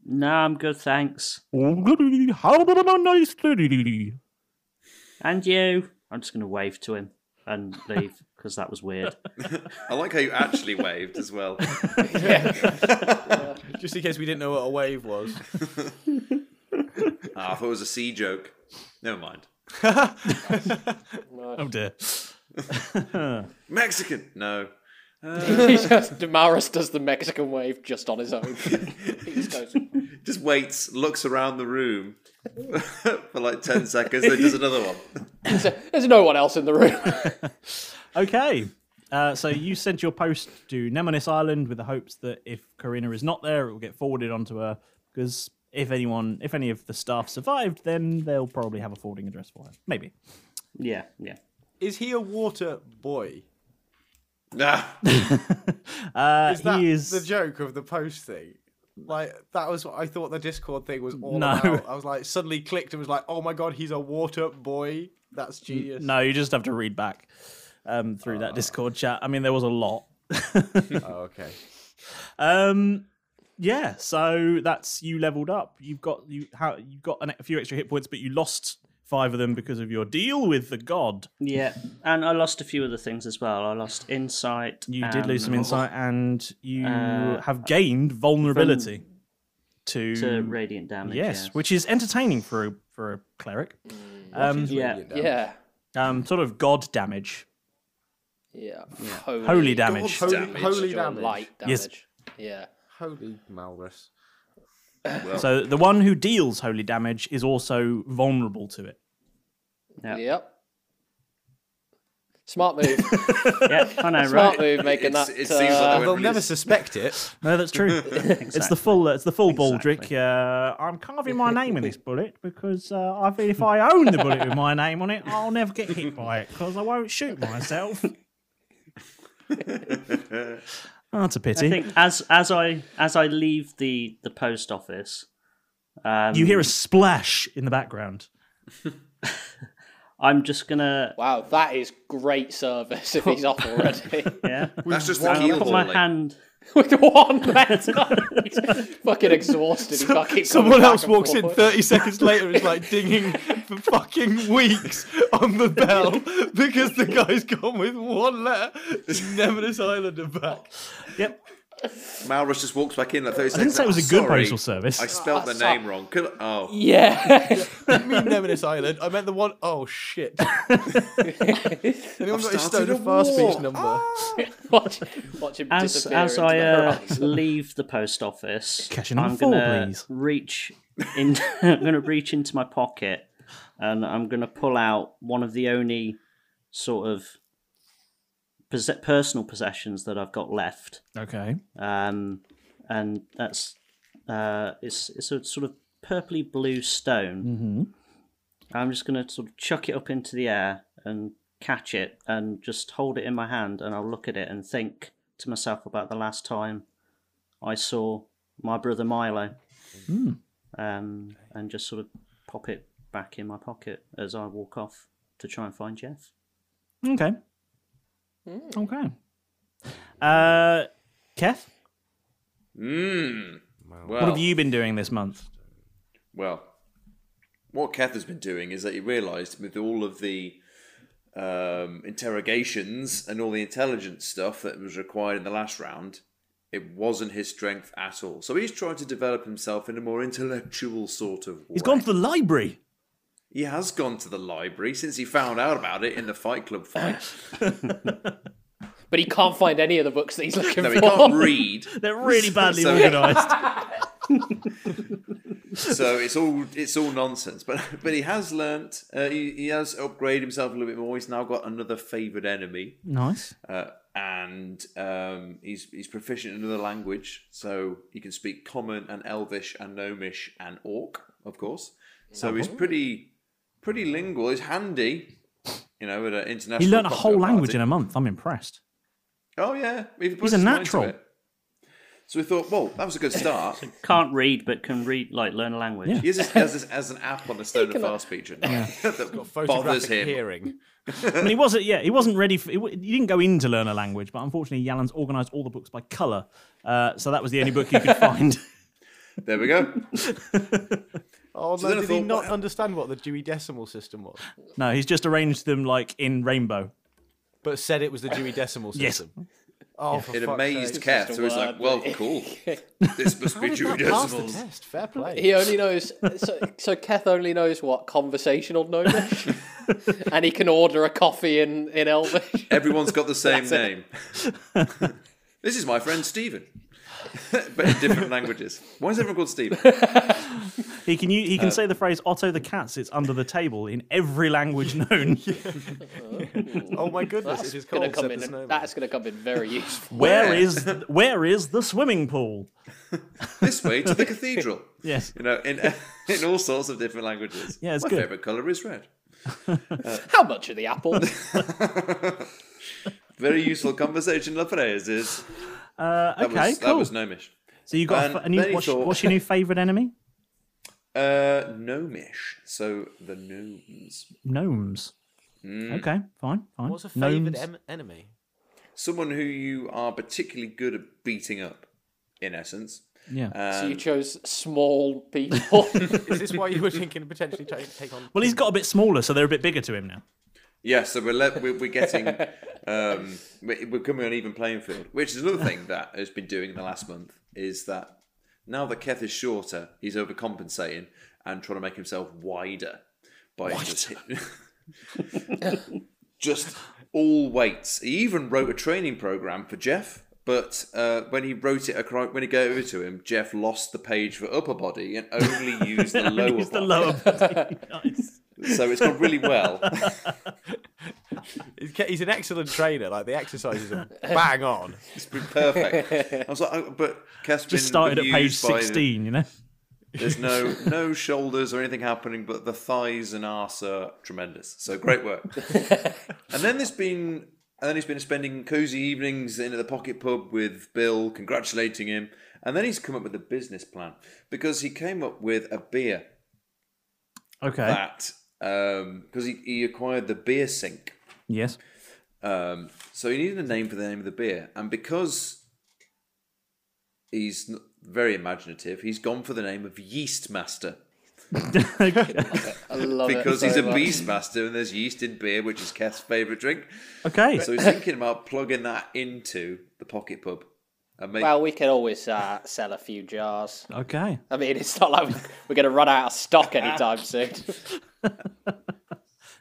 No, I'm good, thanks.
Oh, goody, how about a nice lady?
And you. I'm just going to wave to him and leave
*laughs*
because that was weird.
I like how you actually waved as well.
Just in case we didn't know what a wave was.
Ah, I thought it was a sea joke. Never mind.
Oh dear.
Mexican. No.
*laughs* He just, Damaris does the Mexican wave just on his own. He just goes,
Just waits, looks around the room *laughs* for like 10 seconds, then does another one.
There's no one else in the room. *laughs*
Okay. Uh, so you sent your post to Nemonis Island with the hopes that if Karina is not there, it will get forwarded onto her. Because if anyone, if any of the staff survived, then they'll probably have a forwarding address for her. Maybe.
yeah, yeah.
Is he a water boy?
Nah.
Uh,
Is that
he is.
the joke of the post thing? Like that was what I thought the Discord thing was all
No.
about. I was like suddenly clicked and was like, oh my god, he's a water boy. That's genius.
no, you just have to read back um, through that Discord chat. I mean, there was a lot.
Oh, okay.
Um, yeah, so that's you leveled up. You've got you how you got an, a few extra hit points, but you lost five of them because of your deal with the god.
Yeah. And I lost a few other things as well. I lost insight.
You did lose some
and-
insight, and you
uh,
have gained vulnerability to,
To radiant damage.
yes,
yeah.
which is entertaining for a for a cleric. Um,
Yeah.
yeah.
um, sort of god damage,
Yeah.
holy damage.
Holy
*laughs* Damage.
holy
Your
damage.
light damage.
Yes.
Yeah.
Holy Malrus.
So the one who deals holy damage is also vulnerable to it.
Yeah.
Yep. Smart move.
yeah. I know,
Smart
right?
move making
It's-
that.
it seems like
uh,
the
They'll never
*laughs*
suspect it.
No, that's true. It's the full. It's the full baldric. Uh, I'm carving my name in this bullet because uh, I feel if *laughs* I own the bullet with my name on it, I'll never get hit by it because I won't shoot *laughs* myself. Oh, that's a pity.
I think as as I as I leave the the post office, um,
you hear a splash in the background.
I'm just gonna
wow, that is great service if he's off already.
*laughs*
yeah.
That's just
I'm
keel
gonna put my
hauling.
hand.
With one letter. He's fucking exhausted. He can't keep coming
Someone
back
else
and
walks in
forth.
30 seconds later and is like dinging for fucking weeks on the bell because the guy's gone with one letter to Nemesis Island and back.
Yep.
Malrus just walks back in like 30
I didn't
seconds.
say it was
"Oh,
a good
sorry,
postal service.
I spelt the name wrong. Could oh,
Yeah. *laughs*
I mean Nemesis Island. I meant the one
*laughs*
oh shit. Anyone got
I've
his
started
stone
a
of fast speech
war. Ah.
number?
watch, watch him
As
disappear
as
into
I
the
uh,
horizon. *laughs*
leave the post office,
Cash in on
I'm
four,
gonna
please.
reach in. *laughs* I'm gonna reach into my pocket, and I'm gonna pull out one of the only sort of pos- personal possessions that I've got left.
Okay.
um, and that's uh, it's it's a sort of purpley blue stone. Mm-hmm. I'm just gonna sort of chuck it up into the air and catch it, and just hold it in my hand, and I'll look at it and think to myself about the last time I saw my brother Milo, um, and just sort of pop it back in my pocket as I walk off to try and find Jeff.
Okay. Okay. Uh, Kev,
mmm.
what
Well,
have you been doing this month?
well, what Kath has been doing is that he realised with all of the um, interrogations and all the intelligence stuff that was required in the last round, it wasn't his strength at all. So he's trying to develop himself in a more intellectual sort of way.
He's gone to the library.
He has gone to the library since he found out about it in the Fight Club fight.
*laughs*
But he can't find any of the books that he's looking
No,
for. *laughs*
he can't read.
They're really badly
So-
organised.
so it's all it's all nonsense. But but he has learnt. Uh, he, he has upgraded himself a little bit more. He's now got another favoured enemy,
nice.
uh, and um, he's he's proficient in another language, so he can speak Common and Elvish and Gnomish and Orc, of course. So he's pretty pretty lingual. He's handy. You know, at an international.
He learnt a whole
cocktail
language
party.
in a month. I'm impressed.
Oh yeah, if he puts
a
his mind to
natural.
it. So we thought, well, that was a good start.
Can't read, but can read like learn a language.
He has this, has this as an app on the Stone of Fast feature now
*laughs*
that *laughs* bothers
Photographic
him.
hearing.
I mean, he wasn't. Yeah, he wasn't ready. For, he, w- he didn't go in to learn a language, but unfortunately, Yalan's organised all the books by colour, uh, so that was the only book he
*laughs*
could find.
There
*laughs*
we go.
Oh
So
no,
then I
did he
thought,
not
what-
understand what the Dewey Decimal System was?
no, he's just arranged them like in rainbow.
But said it was the Dewey Decimal
*laughs*
Yes.
System. Oh, for
It
fuck's
amazed
sake.
Kath,
just a
so he's
word,
like, well,
but-
*laughs*
cool. This must be Dewey
Passed the
Decimals.
test. Fair play.
*laughs* He only knows. So, so Keth only knows what conversational gnomish, and he can order a coffee in in Elvish.
Everyone's
*laughs*
got the same name. *laughs* this is my friend Stephen, *laughs* but in different languages. Why is everyone
*laughs*
called Stephen?
He can u- he
Uh.
can say the phrase "Otto the cat sits under the table" in every language
*laughs*
known.
Oh my goodness,
That's
it is
gonna
called
come
Set
in.
the Snowman.
That's gonna come in very useful.
Where is where is the swimming pool?
This way
*laughs*
to the cathedral.
Yes.
You know, in *laughs* in all sorts of different languages.
Yeah, it's
my
good.
favourite colour is red.
How much are the apples?
Very
*laughs*
useful conversational phrases.
Uh,
That
okay,
was,
cool.
That was gnomish.
so you got a f-
and
a,
then
new
he
what's,
thought-
what's
*laughs*
your new favourite enemy?
Uh, gnomish. So the gnomes.
Gnomes.
Mm.
Okay, fine, fine.
What's a favoured
Gnomes.
em- enemy?
Someone who you are particularly good at beating up, in essence. Um,
Yeah.
so you chose small people.
Is this why you were thinking of potentially trying to take on?
well, he's got a bit smaller, so they're a bit bigger to him now.
Yeah, so we're le- we're, we're *laughs* getting um, we're we're coming on even playing field, which is another thing that has been doing in the last month is that now that Keth is shorter, he's overcompensating and trying to make himself wider by just *laughs* hit- just all weights. He even wrote a training program for Jeff. But uh, when he wrote it, acro- when he gave it to him, Jeff lost the page for upper body and *laughs* only used the lower.
He's the
body.
lower. body. Nice.
So it's gone really well. *laughs*
He's ca- He's an excellent trainer. Like the exercises are bang on.
It's been perfect. I was like, oh, but Keth's been
Just started at page
bemused by the-
sixteen. You know. *laughs*
There's no no shoulders or anything happening, but the thighs and arse are tremendous. So great work. and then there's been and then he's been spending cozy evenings in at the pocket pub with Bill, congratulating him. And then he's come up with a business plan because he came up with a beer
Okay.
that because he, he acquired the beer sink
Yes. *laughs*
Um, so he needed a name for the name of the beer, and because he's n- very imaginative, he's gone for the name of Yeast Master
I love it
because
so
he's a
much.
beast master, and there's yeast in beer, which is Keth's favourite drink.
okay.
So he's thinking about plugging that into the pocket pub and make
Well, we can always uh, sell a few jars.
Okay.
uh,
I mean, it's not like we're going to run out of stock anytime soon.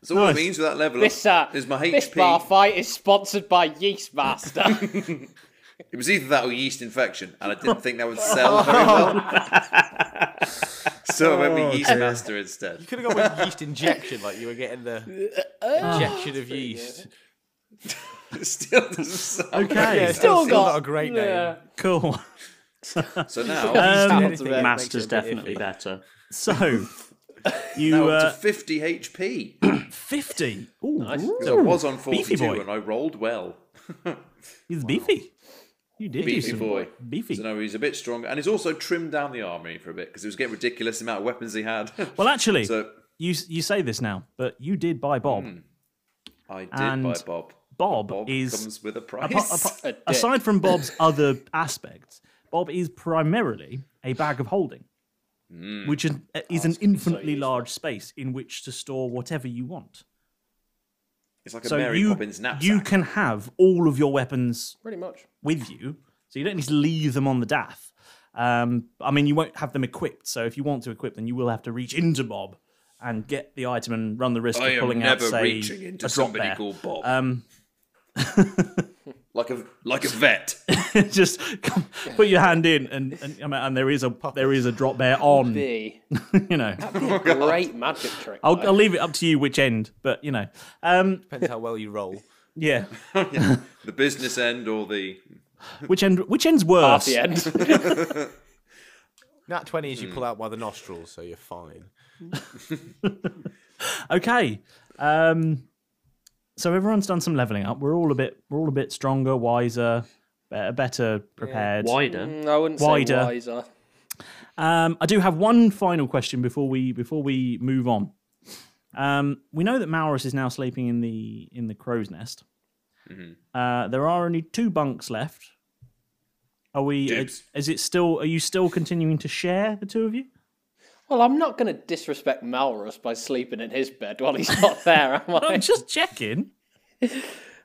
so all it means with that level up
This, uh,
is my HP.
this bar fight is sponsored by Yeast Master.
It was either that or yeast infection, and I didn't
*laughs*
think that would sell very well.
Oh.
*laughs* so I went with yeast master instead. *laughs*
Could have gone with yeast injection, like you were getting the injection of yeast.
Still doesn't sell.
Okay.
Still
got-
not a great name.
Yeah.
Cool. *laughs*
So now
Anything that
Master's
makes it a
definitely
bit iffy.
better.
*laughs*
So
now
you
up to
uh,
50 HP. 'Cause
fifty. Ooh,
I was on
Beefy
42
boy.
and I rolled well. *laughs*
he's beefy. You did do
Beefy
some
boy.
beefy.
So now he's a bit stronger, and he's also trimmed down the army for a bit because it was getting ridiculous the amount of weapons he had.
*laughs* Well, actually,
so
you you say this now, but you did buy Bob.
I did
and
buy Bob.
Bob,
Bob
is
comes with a price.
apo- apo- aside from Bob's other aspects, Bob is primarily a bag of holding,
Hmm.
which is, is an infinitely large space in which to store whatever you want.
*laughs* it's like a
So
Mary
you
Poppins knapsack.
you can have all of your weapons
Pretty much.
with you, so you don't need to leave them on the daff. Um, I mean, you won't have them equipped, so if you want to equip them, you will have to reach into Bob and get the item and run the risk
I
of
am
pulling
never
out, say,
reaching into
a drop
somebody
bear.
called Bob.
Um, *laughs*
like a like a vet.
*laughs*
*laughs*
just come, put your hand in, and and, I mean, and there is a there is a drop bear on. *laughs* you
B.
know,
Great magic trick.
Hmm. Oh, I'll,
though.
I'll leave it up to you which end, but you know, um,
Depends how well you roll.
yeah,
the business end or the
which end which end's worse?
That's the end. *laughs*
Nat 20 is you pull out by the nostrils, so you're fine.
Okay. Um, so everyone's done some leveling up. We're all a bit we're all a bit stronger, wiser, better, better prepared.
Wider.
I wouldn't say
Wider.
wiser.
Um, I do have one final question before we before we move on. Um, we know that Maurus is now sleeping in the in the crow's nest. Uh, there are only two bunks left. Are we? Is,
Dibs.
it still? Are you still continuing to share the two of you?
Well, I'm not going to disrespect Malrus by sleeping in his bed while he's not there, am I?
I'm just checking.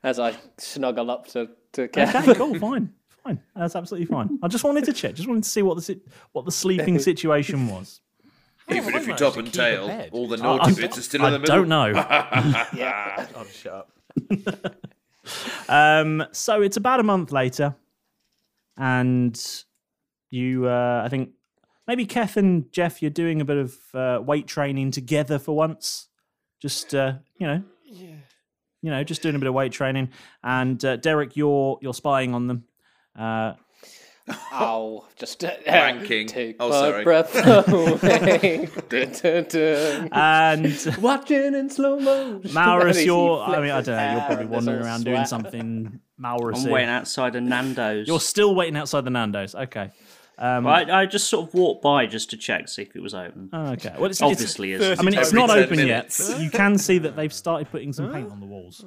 As I snuggle up to to Kev.
*laughs* Okay, cool, fine, fine. That's absolutely fine. I just wanted to check. Just wanted to see what the si- what the sleeping situation was. Oh,
even if you
managed
top
to
and
keep a
tail,
bed.
all the
I-
naughty bits are still in
I
the middle.
don't know.
*laughs*
Yeah.
Oh, shut up.
*laughs* Um, so it's about a month later, and you, uh, I think, maybe Keth and Jeff, you're doing a bit of uh, weight training together for once. Just uh, you know, you know, just doing a bit of weight training. And uh, Derek, you're you're spying on them. Uh,
Ow. Just uh,
Wanking.
Take
Oh,
my
sorry.
*laughs* breath away. Dun, dun, dun.
and
*laughs* Watching in
*laughs*
slow motion.
Maurus,
*laughs* He
you're. I
flips
mean, I
his
don't know. You're
hair
probably
and there's
wandering
all
around
*laughs*
doing
sweat.
something.
I'm
Maurus,
waiting outside of Nando's.
you're still waiting outside the Nando's. Okay.
Well, I, I just sort of walked by just to check, see if it was open.
Okay. Well, Uh, it's, it's,
Obviously, isn't.
I mean, it's
Every
not
10
open
minutes.
yet. You can see that they've started putting some paint on the walls.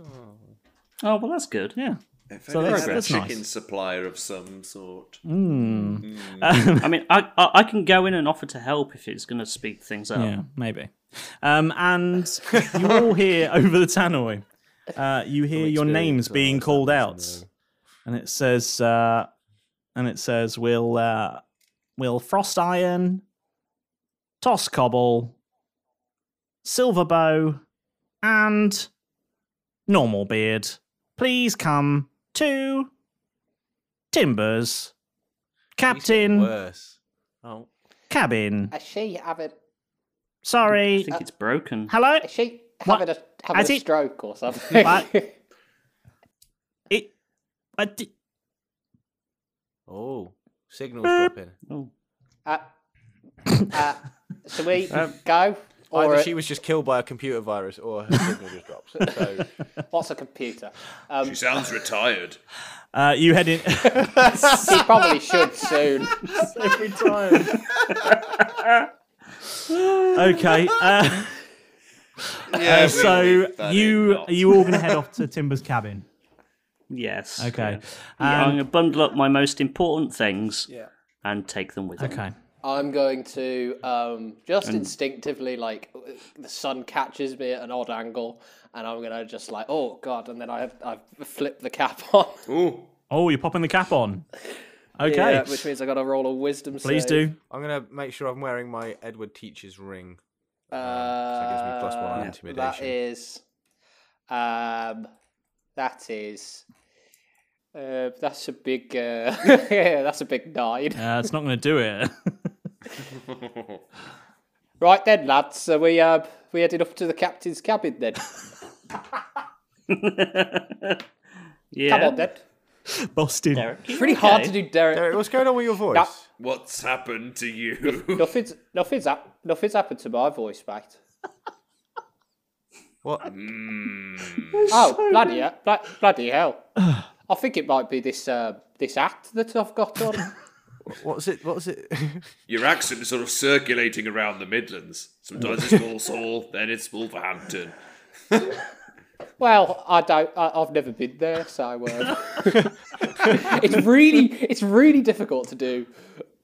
Oh well, that's good.
Yeah.
If
So
only
that's-
they had a
that's Hmm. nice.
chicken supplier of some sort.
I mean, I, I I can go in and offer to help if it's going to speed things up.
Yeah, maybe. Um, and you all hear over the tannoy, uh, you hear your names being called out, and it says, uh, and it says, "Will uh, Will Frost Iron, Toss Cobble, Silver Bow, and Normal Beard, please come to Timbers, Captain
Worse. Oh.
Cabin.
A she having,
I
Sorry,
think it's broken.
hello."
a she
What?
having a having
Has
a
it-
stroke or
*laughs*
something.
What? It. I di-
Oh. Signal's dropping.
*laughs* uh, uh, so we
Um,
go. Or
Either she was just killed by a computer virus or her signal just drops.
*laughs*
So
what's a computer?
*laughs*
Um,
She sounds retired.
Uh, you head in. *laughs*
she probably should soon.
okay. Uh,
Yeah,
so you are you all going to head off to Timber's
*laughs*
cabin?
Yes.
Okay.
Yeah, I'm
Um,
going to bundle up my most important things and take them with me.
okay.
I'm going to um, just instinctively like the sun catches me at an odd angle, and I'm gonna just like oh god, and then I I flip the cap *laughs* on.
Ooh,
Oh, you're popping the cap on. Okay.
*laughs* Yeah, which means I got to roll a wisdom
Please
save.
do.
I'm gonna make sure I'm wearing my Edward Teacher's ring.
Uh,
so that gives me plus one on
That
intimidation.
is, um, that is, uh, that's a big, uh, *laughs* yeah, that's a big nine.
Uh, it's not going to do it. *laughs*
Right then, lads. So we uh, we headed up to the captain's cabin then.
yeah.
Come on then.
Boston.
It's really hard
okay?
to do, Derek.
Derek, what's going on with your voice?
That-
What's happened to you?
Nothing's nothing's hap- nothing's happened to my voice, mate.
What?
Oh, bloody, he- bla- bloody hell! I think it might be this uh, this act that I've got on.
What's it? What's it?
*laughs*
*laughs*
Your accent is sort of circulating around the Midlands. *laughs* Sometimes it's Walsall, then it's Wolverhampton.
well, I don't. I, I've never been there, so uh, *laughs* it's really it's really difficult to do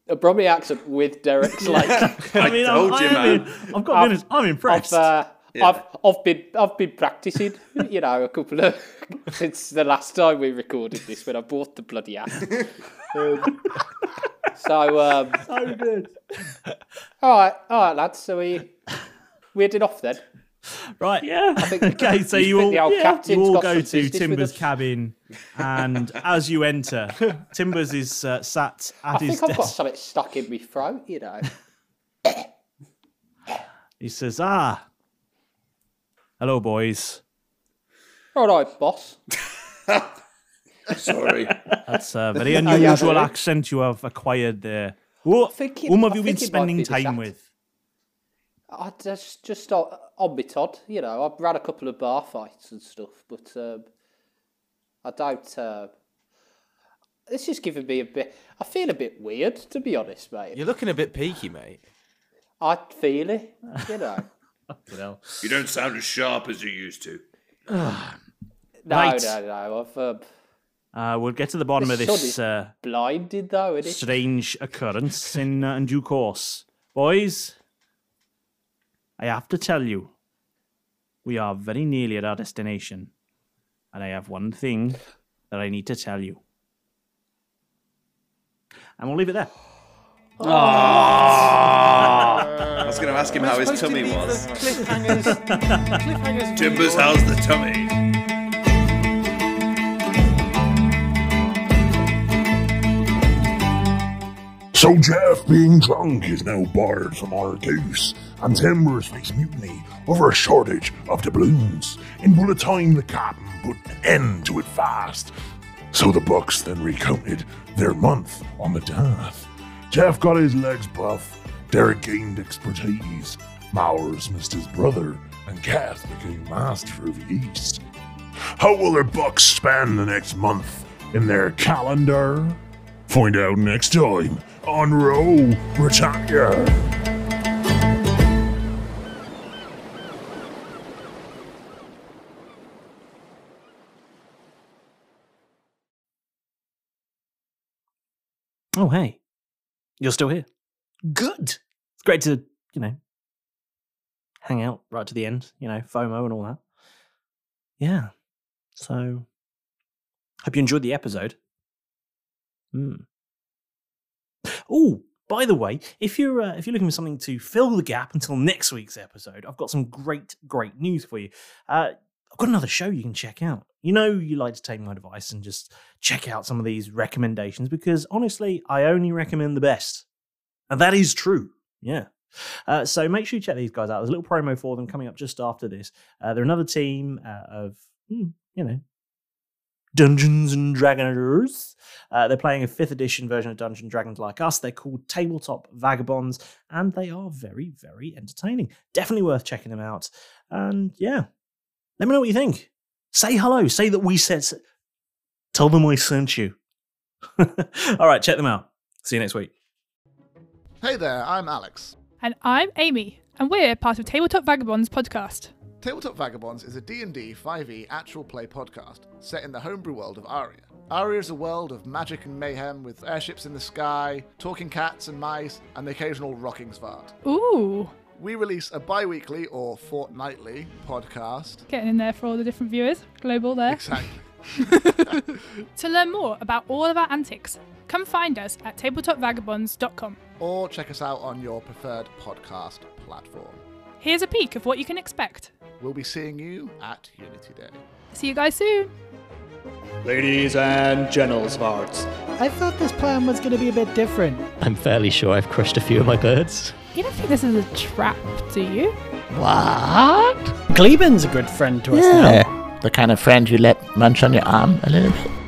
a Bromley accent with Derek's like.
*laughs* I,
mean,
told
I'm,
you,
I am
man. *laughs*
in- I've got to be honest, I'm impressed.
I've, uh, I've I've been I've been practicing, you know, a couple of *laughs* since the last time we recorded this when I bought the bloody app. Um, so um,
so good.
all right, all right, lads. So we we headed off then.
Right.
Yeah.
*laughs* Okay, so
You
you
think
all,
the old
yeah,
captain's
you all
got
go to
some business with
Timber's
us?
cabin,
*laughs*
and as you enter, Timbers is uh, sat at
I
his
think I've got
desk.
something stuck in my throat, you know.
He says, "Ah, hello, boys.
all right, boss.
Sorry.
That's a very
yeah,
unusual
really.
accent you have acquired there. Who,
think it-
whom have
I
you been
think it might
spending
be this
time
act.
with?
I just just on, on my Todd, you know. I've ran a couple of bar fights and stuff, but um, I don't. Uh, this is giving me a bit. I feel a bit weird, to be honest, mate.
You're looking a bit peaky, mate.
I feel it, you
*laughs*
know.
you don't sound as sharp as you used to.
no,
Right.
no, no. I've um,
Uh, we'll get to the bottom of
This
this
is-
uh,
blinded though, and it's
strange occurrence in, uh, in due course. Boys, I have to tell you, we are very nearly at our destination, and I have one thing that I need to tell you. And we'll leave it there.
I was going to ask him how his tummy was.
Cliffhangers.
*laughs*
cliffhangers.
Timbers, how's the tummy?
So Jeff, being drunk, is now barred from Argus, and Timbers face mutiny over a shortage of doubloons. In bullet time, the captain put an end to it fast. So the Bucks then recounted their month on the Death. Jeff got his legs buff, Derek gained expertise, Mowers missed his brother, and Kath became master of the East. How will their Bucks spend the next month in their calendar? Find out next time on Row Britannia.
Oh, hey. You're still here. Good. It's great to, you know, hang out right to the end, you know, FOMO and all that. Yeah. So, hope you enjoyed the episode. Hmm. Oh, by the way, if you're uh, if you're looking for something to fill the gap until next week's episode, I've got some great great news for you. Uh, I've got another show you can check out. You know, you like to take my advice and just check out some of these recommendations because honestly, I only recommend the best. And that is true. Yeah. Uh, so make sure you check these guys out. There's a little promo for them coming up just after this. Uh, they're another team uh, of, mm, you know, Dungeons and Dragoners. Uh, they're playing a fifth edition version of Dungeons and Dragons like us. They're called Tabletop Vagabonds, and they are very, very entertaining. Definitely worth checking them out. And yeah, let me know what you think. Say hello. Say that we said, Tell them I sent you. *laughs* All right, check them out. See you next week.
Hey there, I'm Alex.
And I'm Amy, and we're part of Tabletop Vagabonds podcast.
Tabletop Vagabonds is a D&D 5e E actual play podcast set in the homebrew world of Aria. Aria is a world of magic and mayhem with airships in the sky, talking cats and mice, and the occasional rocking svart.
Ooh,
We release a bi-weekly or fortnightly podcast.
getting in there for all the different viewers. Global there.
Exactly.
*laughs*
*laughs*
To learn more about all of our antics, Come find us at tabletopvagabonds.com.
or check us out on your preferred podcast platform.
Here's a peek of what you can expect.
We'll be seeing you at Unity Day.
See you guys soon.
Ladies and gentles of arts, I thought this plan was going to be a bit different.
I'm fairly sure I've crushed a few of my birds.
You don't think this is a trap, do you?
What? Gleben's a good friend to us now.
The kind of friend you let munch on your arm a little bit.